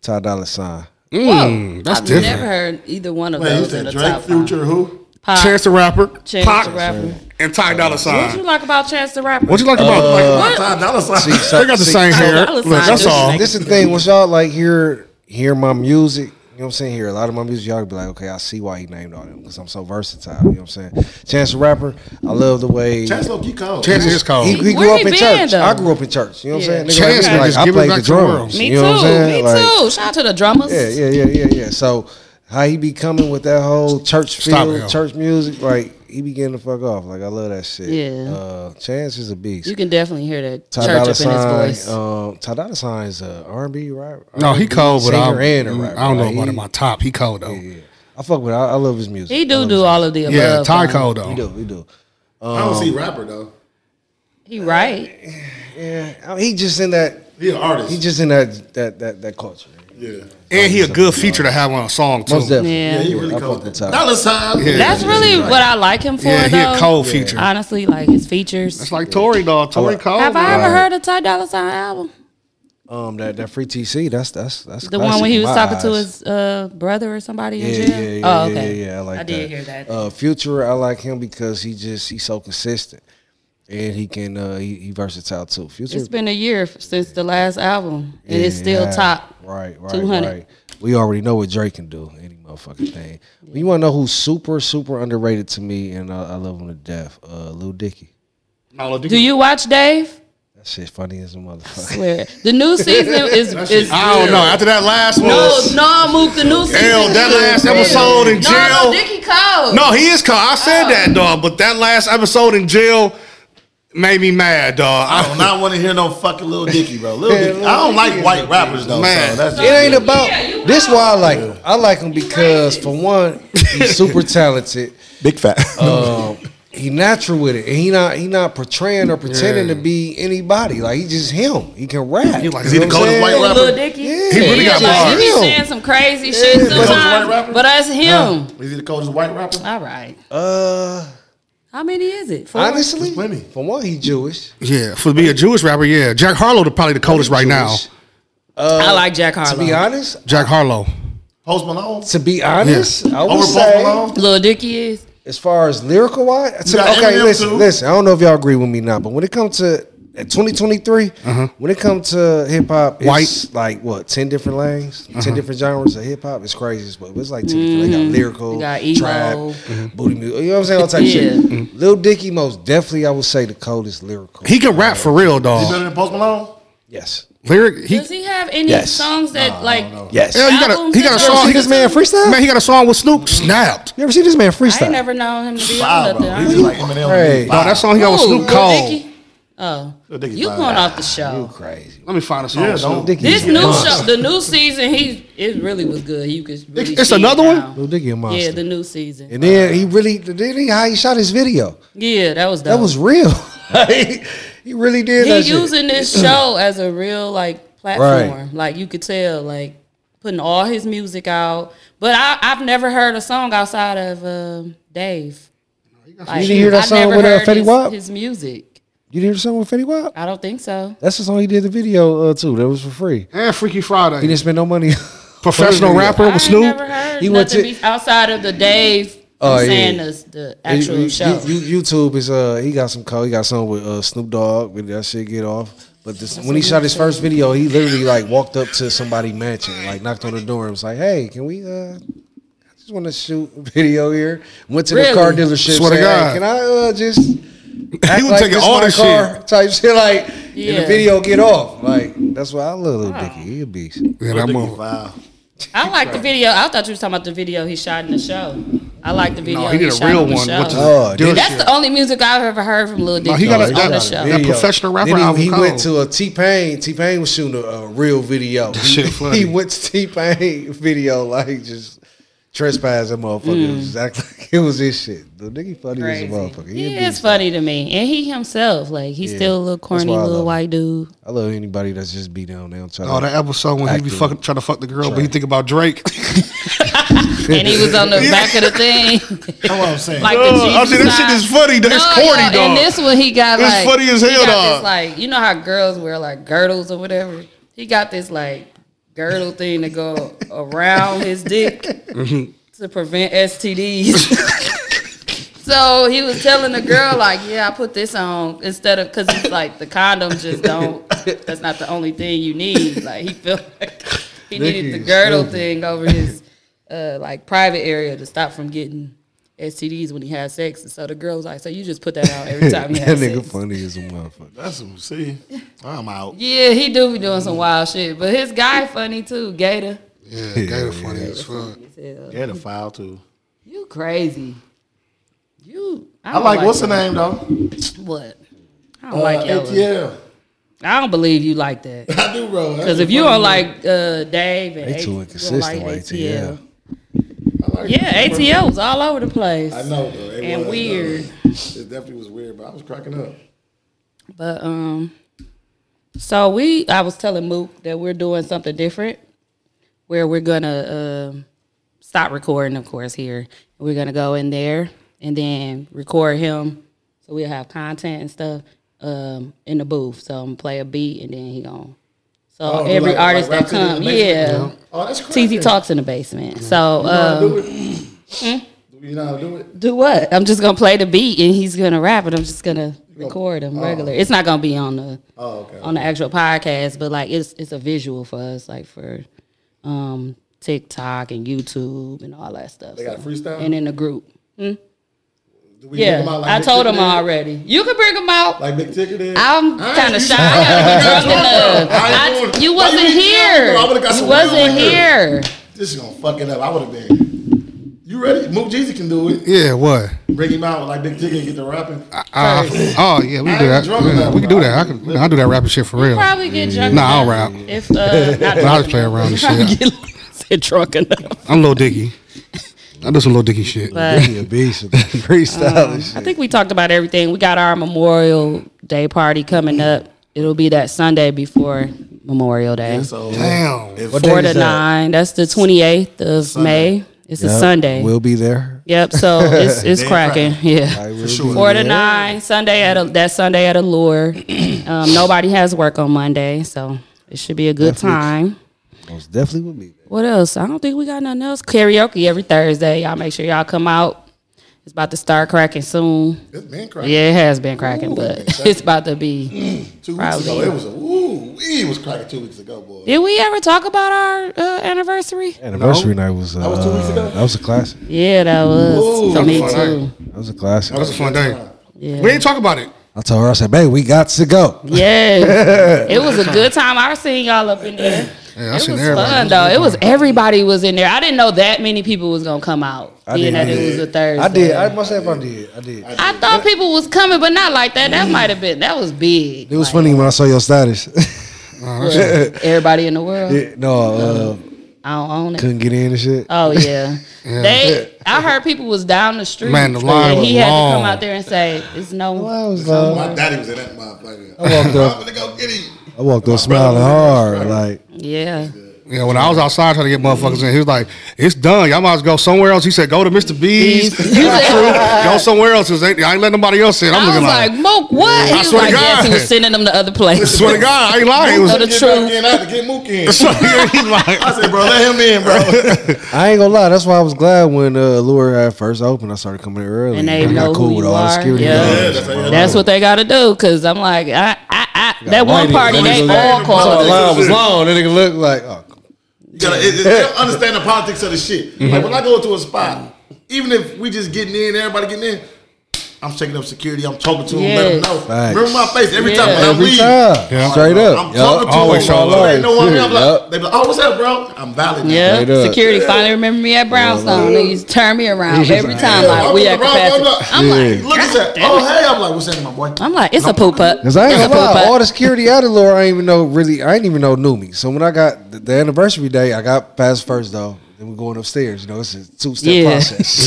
Ty Dolla Sign.
Hmm,
Whoa, I've never heard either one of
Wait, you
those in
said
the
Drake,
top
Future, who?
Pac.
Chance the Rapper,
Chance
Pac,
the Rapper.
and Ty Dolla
What
Sign.
you like about Chance the Rapper?
What you like about
Like,
like,
Ty Dolla Sign.
See, so-
They got the
see-
same
so-
hair.
Dolla
Look,
Sign
that's
just
all.
like-
This is the thing. Once y'all like hear hear my music, you know what I'm saying? Hear a lot of my music, y'all be like, okay, I see why he named all them because I'm so versatile. You know what I'm saying? Chance the rapper, I love the way.
Chance low key cold.
Chance is cold.
He, he
Where
grew up
he
in
been,
church.
though?
I grew up in church. You know what
Yeah.
I'm saying? Nigga,
Chance
like,
just
I
give it
played
back
the
to the world.
drums.
me
you know what I'm
too.
saying?
Me
Like,
too. Shout out to the drummers.
Yeah, yeah, yeah, yeah, yeah. So how he be coming with that whole church
Stop it,
feel,
yo.
church music, like he be getting the fuck off. Like I love that shit.
Yeah.
Uh, Chance is a beast.
You can definitely hear that
Ty
church
Dolla
up in his
Sign,
voice.
um, Ty Dolla Sign is a R&B rapper.
No, he
R&B
cold, but
singer
I, I
and a
don't
rapper.
know
Like,
about
he-
him on top. He cold though.
Yeah, yeah. I fuck with. I, I love his music.
he
I
do
love
do
his
all of the above.
Yeah, Ty
though.
cold
music.
though.
He do. He do.
I don't see rapper though.
He right.
Yeah, I mean, he just in that.
He an artist.
He just in that that that that culture.
yeah.
And he a good feature to have on a song too.
Most definitely.
Yeah.
Yeah, he really
I fuck
cold.
with Ty.
Dollar sign.
Yeah.
That's really what I like him for,
Yeah, he
though.
a cold feature.
Honestly, like his features.
It's like Tory dog. Tory cold.
Have I
dog.
ever heard a Ty Dolla Sign album?
Um, that that free TC. That's that's that's
The one when
classic
he
in
was
my
talking to
eyes.
his uh, brother or somebody in
Yeah,
jail.
yeah, yeah,
oh,
yeah,
okay.
yeah, yeah. I like
I
that.
did hear that.
Uh, Future, I like him because he just he's so consistent, and he can uh, he, he versatile too. Future,
It's been a year f- since the last album, and it's still
yeah,
top.
Right, right,
200.
right. We already know what Drake can do. Any motherfucking thing. You want to know who's super super underrated to me, and uh, I love him to death. Uh, Lil Dicky.
Do you watch Dave?
That shit funny as a motherfucker.
Swear. The new season is is.
I don't know. After that last one,
No, no, move the new season.
hell, that last episode in
No, no,
jail.
Dickie Cole.
No, he is cold. I said
Ah.
that dog, but that last episode in jail made me mad, dog.
I do not want to hear no fucking Lil Dicky, bro. Lil Dicky.
Lil
I don't like white rappers though.
Man.
So that's
It ain't about.
Yeah, you
this why I like him. I like him because for one, he's super talented.
big fat.
um, he natural with it, and he not he not portraying or pretending to be anybody. Like he just him. He can rap.
He like-
You
he the
know what I'm
golden
saying?
white
Lil Dicky.
He
really
yeah,
got
like, he be
bars.
saying some crazy shit
Yeah.
sometimes,
White rapper?
but that's him.
Is he the coldest white rapper?
All right.
Uh,
How many is it? Four?
honestly,
plenty.
for one, he Jewish.
Yeah, for be a Jewish rapper, yeah. Jack Harlow the probably the coldest right now.
Jewish.
I like Jack Harlow.
To be honest,
Jack Harlow.
Post Malone.
to be honest, I would
Over Post
say
Malone.
Lil Dicky is.
as far as lyrical wise.
got
Okay,
Eminem
listen,
too.
listen. I don't know if y'all agree with me now, but when it comes to 2023, when it comes to hip hop,
Uh-huh. White. Uh-huh.
it's like what ten different lanes, ten different genres of hip hop. It's crazy, but it's like 10 different.
Mm-hmm.
They got lyrical,
They got emo.
trap, booty music. You know what I'm saying? All type of shit.
Yeah.
Lil Dicky, most definitely, I would say the coldest lyrical.
Mm-hmm. He can rap for real,
He
dog.
better than Post Malone?
yes,
Lyric he,
Does he have any
Yes.
songs that like?
yes.
Hell, you got a
albums
he got a
and
song.
shit?
He
See this man freestyle?
man, he got a song with Snoop snapped.
you ever see this
I
man
ain't
freestyle?
never known him to be on
Five, bro.
nothing.
He's just like Eminem.
Hey.
Hey.
No, that song he got with
Who?
Snoop
Lil
Cold.
Dicky? Oh,
Lil Dicky
you
fine.
going off the show?
Crazy.
Let me find a song.
Yeah,
with
don't-
Snoop.
Dicky
This
is
new
monster.
show, the new season, he it really was good. You could really
It's
see
another one?
how-
Lil Dicky a monster.
Yeah, the new season.
and then he really, then he, how he shot his video.
Yeah, that was dope.
That was real. Like, he really did.
he
that shit.
using this show as a real like platform. Like you could tell, like putting all his music out. But I, I've never heard a song outside of um Dave. Like,
didn't hear that
I
song
never
with, uh,
heard
Fetty
his,
Wap?
his music.
You did something with Fetty Wap?
I don't think so.
That's the song he did the video uh, too. That was for free.
And Freaky
He
Friday.
didn't spend no money.
Professional
Yeah.
rapper
I
with
ain't
Snoop.
never heard
He went
nothing
to-
be- outside of the Dave.
Oh,
I'm
yeah.
saying the, the actual
You- you-
show.
you- YouTube is uh he got some code. He got something with uh, Snoop Dogg. But that shit get off. But this, when he shot his first video, he literally like walked up to somebody mansion, like knocked on the door and was like, "Hey, can we uh?" just want to shoot a video here. Went to
Really?
the car dealership.
Swear to
said,
God.
"Hey, can I uh, just? act
was
like
taking
this
all
my
the
car?"
shit.
type shit. Like, and
Yeah.
the video get off. Like, that's why I love little Dicky. He a beast.
Yeah, that mother-
I like the video. I thought you was talking about the video he shot in the show. I like the video.
No, he did
shot
a real
in the
one.
show.
Which is
Oh,
dealership.
That's the only music I've ever heard from Lil Dicky.
No, he got a-
on
that-
the
that
show.
video. professional rapper
Then he,
album
He
called.
went to a T Pain. T Pain was shooting a, a real video. He,
shit funny.
he went to T Pain video like just trespass that motherfucker. It was exactly like it was his shit. The nigga funny
Mm.
as a
Crazy.
motherfucker. He a
He
beast.
is funny to me, and he himself, like he's
Yeah.
still a little
That's why
corny,
I love
little
him.
white dude.
I love anybody that's just be down there. and try
Oh,
to
that episode when he
act
be
it.
fucking trying to fuck the girl, but
Try.
he think about Drake.
And he was on the back of the thing. That's what I'm saying. Like the
Dog, Oh, I said,
Jesus
that shit
sign.
is funny. though. It's corny,
yo,
dog.
And this one, he got
It's
like
funny as
he
hell,
got
dog.
This, like you know how girls wear like girdles or whatever. He got this like girdle thing to go around his dick
Mm-hmm.
to prevent STDs. so he was telling the girl like, "Yeah, I put this on instead of because it's like the condom just don't. That's not the only thing you need. Like he felt like he needed the
Nikki is
girdle
stupid.
thing over his uh, like private area to stop from getting." STDs when he had sex, and so the girl was like, "So you just put that out every time he
that
had
nigga
sex."
funny as a motherfucker.
That's what see. I'm out.
Yeah, he do be doing some wild shit, but his guy funny too. Gator,
Yeah,
Gator funny as fuck.
Gator foul too.
you crazy? You,
I,
don't
like, what's her
that.
name though?
What? I don't
Uh,
like Ella.
ATL.
I don't believe you like that.
I do, bro. That's
Because if
a
you
funny
don't
name.
like uh, Dave and
They
A-
too
you
inconsistent.
don't
Like
like
ATL.
yeah, ATL was all over the place.
I know, though. It
and
was,
weird.
though. It definitely was weird, but I was cracking up.
But um, so we I was telling Mook that we're doing something different, where we're gonna um stop recording, of course, here. We're gonna go in there and then record him, so we'll have content and stuff um in the booth. So I'm gonna play a beat and then he gonna. So
Oh,
every
like-
artist
like
that
Rhapsody in
come,
the Basement?
yeah.
Yeah. Oh, that's
TZ
cracking.
talks in the basement. So
You know how to do
um,
it? You know how to do it?
do what? I'm just gonna play the beat and he's gonna rap it. I'm just gonna record him
Oh.
regular. It's not gonna be on the
Oh, okay.
on the actual podcast, but like it's it's a visual for us, like for um TikTok and YouTube and all that stuff.
They got
So-
freestyle?
and in the group. Hmm?
Do we
Yeah,
bring 'em out like
I
Big
told
Ticket
him
did?
already. You can bring him out.
Like Big Ticket did?
I'm
I ain't
kind of
used
shy.
to-
I gotta be
I
drunk enough.
ain't
I-
doing it.
you
Why
wasn't
didn't tell me?
here.
I would've got
You
some
wasn't
real
here.
This is gonna fuck it up. I would have been. You ready? Mook Jeezy can do it.
yeah, what?
Bring him out like Big Ticket and get the rapping.
Uh, oh yeah, we can do that. Yeah, we can do that. I can. I do that rapping shit for real. Mm-hmm.
probably get drunk
Nah, I'll
enough
rap.
if, uh, not
but I just play around and
Probably
shit.
Said drunk enough.
I'm Lil Dicky. I do some Lil Dicky shit.
But- Dicky
a beast, freestyle.
Um, I think we talked about everything. We got our Memorial Day party coming up. It'll be that Sunday before Memorial Day.
so
Damn.
if-
What
Four
day
to
is that?
nine. That's the twenty eighth of May. It's a
Yep,
Sunday.
We'll be there.
Yep. So it's it's
Damn
cracking.
cracking. I
Yeah.
will For sure. be
Four to
there.
nine. Sunday at a, that Sunday at Allure. um, nobody has work on Monday, so it should be a good
Definitely.
time.
Most definitely will be there.
What else? I don't think we got nothing else. Karaoke every Thursday. Y'all make sure y'all come out. It's about to start cracking soon.
It's been cracking.
Yeah, it has been cracking, but it's about to be.
Two weeks
probably-
ago, it was a ooh, we was cracking two weeks ago, boy.
Did we ever talk about our uh, anniversary?
Anniversary night was uh,
That was two weeks ago?
That was a classic.
Yeah, that was
Ooh.
for me
That was
too.
fun,
That was a classic.
That was a fun day.
Yeah.
We didn't talk about it.
I told her, I said, "Babe, we got to go."
Yeah, it was a good time. I seen y'all up in there.
Yeah, I
It was
seen everybody.
fun though. It was everybody was in there. I didn't know that many people was gonna come out.
I
being
did.
that
I
it was
did.
a Thursday.
I did. I must have. I did. I did.
I thought people was coming, but not like that. That might have been. That was big.
It was funny when I saw your status.
Everybody in the world.
Yeah, no, uh,
I don't own it.
couldn't get in and shit.
Oh yeah.
Yeah.
They I heard people was down the street.
Man, the line
and he
was
had to
long.
come out there and say, It's no
was
So Oh, my daddy was in that motherfucker.
I walked up.
I'm gonna go get him.
I walked up smiling hard, like
Yeah.
Yeah, when I was outside trying to get motherfuckers in, he was like, "It's done. Y'all might as well go somewhere else." He said, "Go to Mr.
B's.
B's, True, go somewhere else. 'cause ain't- I ain't letting nobody else in." I'm
i was
looking
like,
like,
Mook, what?
I
he was
swear to
like,
God.
yes, he was sending them to other places.
swear to God, I ain't lying. It was-
Know the
Get
truth.
Again, I had to get Mook in.
he's like,
I said, bro, let him in, bro.
I ain't gonna lie. That's why I was glad when uh, Lure had first opened. I started coming in early,
And they
I
know who you are. Yeah.
guards.
that's, what they got to do. Cause I'm like, I, I, I that
Why
one
did-
party
why
they
did-
all
So the line
called.
was long. That nigga looked like, oh,
You gotta it, it, they don't understand the politics of the shit. Like when I go to a spot, even if we just getting in, everybody getting in. I'm checking up security. I'm talking to them, let them
Yes.
know.
Facts.
Remember my face every time when I
Every
leave.
time.
I'm
Straight
like,
up.
I'm
Yup.
talking to
Always
them.
show
So they
love.
know what I mean. I'm like,
Yup.
they be like, oh, what's up, bro? I'm valid. now.
Yeah,
Straight up.
security finally remember me at Brownstone. They used to turn me around every time. Like we
Yeah,
at
I'm on the round,
capacity. I'm
I'm
like,
like, look at that. Oh, hey, I'm like, what's happening, my boy?
I'm like, it's a poop up.
Cause I ain't
It's a
gonna lie,
poop
all
up.
the security out of Laura, I ain't even know really, I ain't even know knew me. So when I got the, the anniversary day, I got past first though. Then we're going upstairs. You know, it's a two step
Yeah.
process.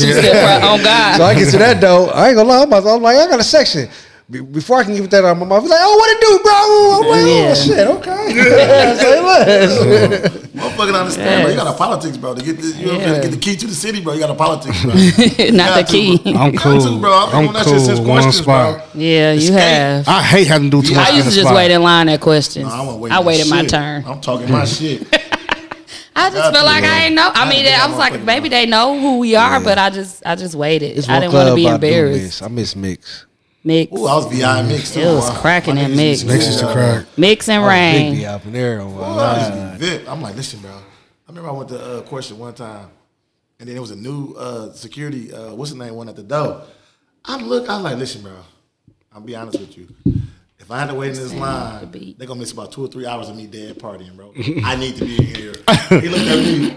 Two-step pro- oh, God.
So I get to that though. I ain't gonna lie, I'm, about to- I'm like, I got a section. Be- Before I can get that out of my mouth, I was like, oh, what it do, bro? I'm like, oh,
Yeah.
shit, okay. Say less.
Motherfucking understand, bro. You got a politics, bro. To get this, you know what I'm saying? To
Yeah.
get the key to the city, bro. You got a politics, bro.
Not the key.
I'm cool.
bro. I've been
I'm
doing that shit
cool.
since
with One
questions,
spot.
Yeah, you have.
I hate having to do too much.
I
in
used
a
to just
spot.
wait in line at questions.
I wasn't waiting
I
for
waited my
shit.
turn.
I'm talking my shit.
I just felt like I ain't know. I mean,
didn't
I was
want to
like, maybe they know who we are, but I just, I just waited. I didn't want to be embarrassed.
I, do miss. I miss mix.
Mix.
Ooh, I was behind mix too.
It was
bro.
cracking
My
that
niggas
mix.
used to
Mix used to
be, uh,
crack.
Mix and
I was
rain.
big up in there. oh, on my
Well, I used to
line.
be VIP. I'm like, listen, bro. I remember I went to uh, question one time, and then there was a new uh, security. Uh, what's his name? One at the door. I look. I like, listen, bro. I'll be honest with you. If I had to wait in this line, they're gonna miss about two or three hours of me dead partying, bro. I need to be in here. He looked at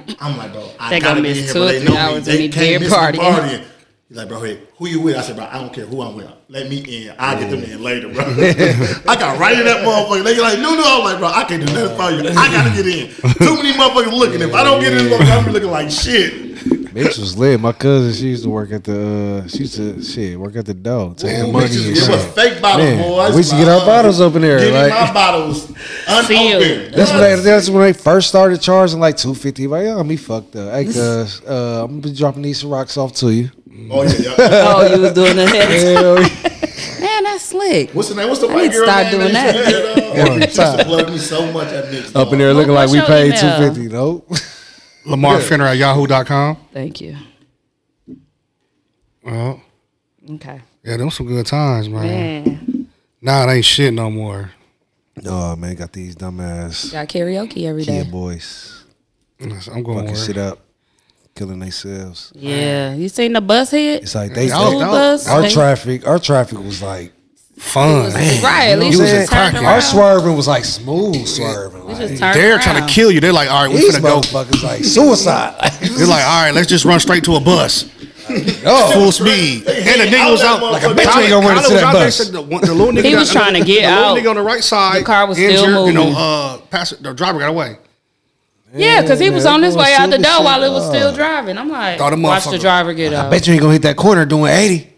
me. I'm like, bro, I
They gonna
gotta be in
miss two
here. bro.
or
They
three
know me.
hours of
They
me
can't
dead
miss me
partying."
partying. He's like, bro, hey, who you with? I said, bro, I don't care who I'm with. Let me in. I'll get them in later, bro. I got right in that motherfucker. They like, no, no. I'm like, bro, I can't do nothing for you. I gotta get in. Too many motherfuckers looking. If I don't get in, motherfucker, I'm looking like shit.
Mix was lit. My cousin, she used to work at the, uh, she used to shit work at the dough, taking
Ooh,
money.
bitches,
and
it was
shit.
fake bottles,
Man,
boys.
We used to get our
Like,
bottles up in there.
Give me
like,
my bottles unopened.
that's when they, that's when they first started charging like two fifty. Like, yeah, me fucked up. Hey, cuz, uh, I'm gonna be dropping these rocks off to you.
Oh yeah, yeah.
Oh, you was doing that.
Hell yeah.
Man, that's slick.
What's the name? What's the
I
white
need to
girl
start
name?
doing
used to do that, dog?
Every
She used to
time.
plug me so much at Nick's.
Up in there
dog.
looking like we
what's your
paid two
email?
fifty. Nope.
Lamar Finner at yahoo.com.
Thank you.
Well,
Okay.
yeah, them some good times, man.
Man,
Nah, it ain't shit no more.
Oh man, got these dumbass
got karaoke every
kid
day.
boys
I'm going
fucking
to
shit
work.
up, killing themselves.
Yeah, you seen the bus hit?
It's like they,
School
they-
bus.
our
They-
traffic, our traffic was like
Fun.
Right, at least we
You know
just
what I'm
turned
saying?
around.
Our swerving was like smooth swerving.
we
Like,
just turned
They're trying
around.
to kill you. They're like, all right, we
these
finna go.
motherfuckers like suicide.
They're like, all right, let's just run straight to a bus.
oh,
Full speed. And the nigga was out.
Like
a bitch ain't gonna run
Kyler was
into that
out there,
bus.
said The, one- the little nigga
He was
got-
trying to get
the little
out.
nigga on the right side.
The car was still
You know,
moving.
uh, passer, the driver got away.
Yeah, because he
Yeah,
was
that
on his
boy
way out the
stupid
door
shit.
while it was
Oh.
still driving. I'm like,
Thought the
watch the
motherfucker-
driver get
I
out.
bet you ain't gonna hit that corner doing eighty.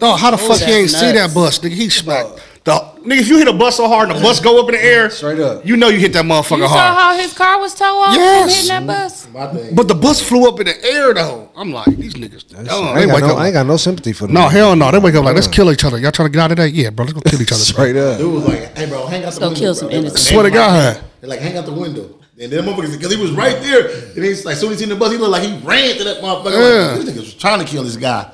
Dog, Oh, how the fuck
Oh, that's
you ain't see
nuts.
that bus, nigga? He smacked. The, nigga, if you hit a bus so hard and the bus go up in the air,
Straight up.
you know you hit that motherfucker
You saw
hard.
how his car was towed off and
Yes.
hitting that bus.
My thing.
But the bus flew up in the air though. I'm like, these niggas. dumb.
I
they
ain't, got
wake
no,
up.
I ain't got no sympathy for them.
no, hell no. They wake up like, let's kill each other. Y'all trying to get out of there? Yeah, bro. Let's go kill each other. bro.
Straight up.
Dude was like, hey, bro, hang out the
go
window.
kill
bro.
some
They like,
innocents.
Swear to
"Damn,
God.
like that." They're like, hang out the window. And then motherfuckers, because he was right there. And he's like, soon as he seen the bus, he looked like he ran to that motherfucker. I'm Like, this nigga was trying to kill this guy.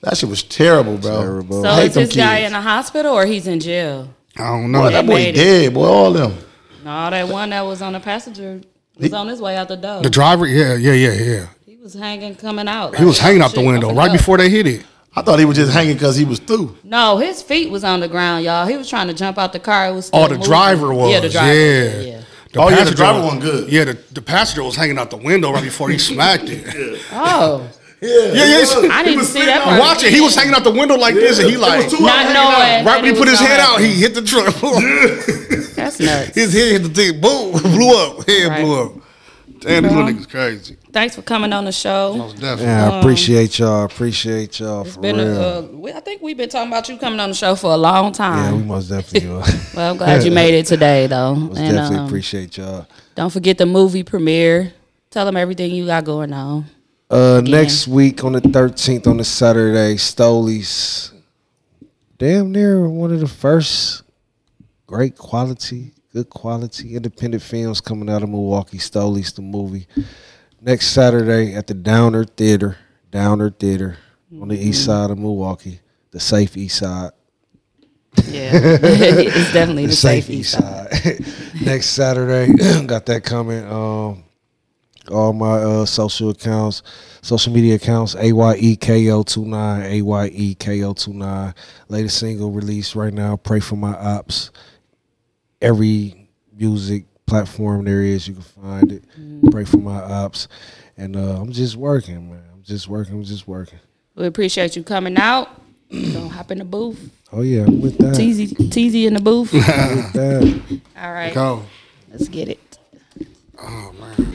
That shit was terrible, bro.
Terrible.
So
I hate
is
them
this guy
kids.
in the hospital or he's in jail?
I don't know.
Boy, that
They
boy
made it.
dead, boy. All them.
No, that one that was on the passenger was on his way out the door.
the driver, yeah, yeah, yeah, yeah.
He was hanging, coming out.
He
like,
was hanging out
shit,
the
I
window right
forgot.
before they hit it.
I thought he was just hanging because he was through.
No, his feet was on the ground, y'all. He was trying to jump out the car. It was still
Oh, the
moving.
driver was.
Yeah, the driver.
Yeah.
was, yeah.
The
Oh, yeah, the
passenger
driver
was-
wasn't good.
Yeah, the, the passenger was hanging out the window right before he smacked it.
Oh,
Yeah,
yeah,
he
it's-
was.
I
He
didn't
was
see
sitting
that
on-
part.
Watch it. He was hanging out the window like this, and he
It
like
was two
not
of them hanging out.
knowing.
right when
that
he put
was
his
gonna
head out,
happen.
he hit the truck.
That's nuts.
his head hit the thing. Boom, blew up. Head
Right.
blew up. Damn, these little niggas crazy.
Thanks for coming on the show.
Most definitely.
Yeah, I appreciate y'all. Appreciate y'all for
Been a,
real.
uh, we, I think we've been talking about you coming on the show for a long
yeah,
time.
we most definitely. Uh,
well, I'm glad you made it today, though.
most
and
definitely
um,
appreciate y'all.
don't forget the movie premiere. Tell them everything you got going on.
Uh, next week on the thirteenth on the Saturday, Stolies. Damn near one of the first great quality, good quality independent films coming out of Milwaukee. Stolies the movie. Next Saturday at the Downer Theater, Downer Theater on the east side of Milwaukee, the safe east side.
Yeah, it's definitely the,
the
safe
safe
safety
east
side.
side. Next Saturday, got that coming. Um, all my uh, social accounts, social media accounts, E AYEKO29, AYEKO29. Latest single release right now, Pray for My Ops. Every music platform there is, you can find it.
Mm.
Pray for My Ops. And uh, I'm just working, man. I'm just working. I'm just working.
We appreciate you coming out. Don't hop in the booth.
Oh, yeah, I'm with that.
Teasy, teasy in the booth.
I'm with that.
All right.
Go.
Let's get it.
Oh man.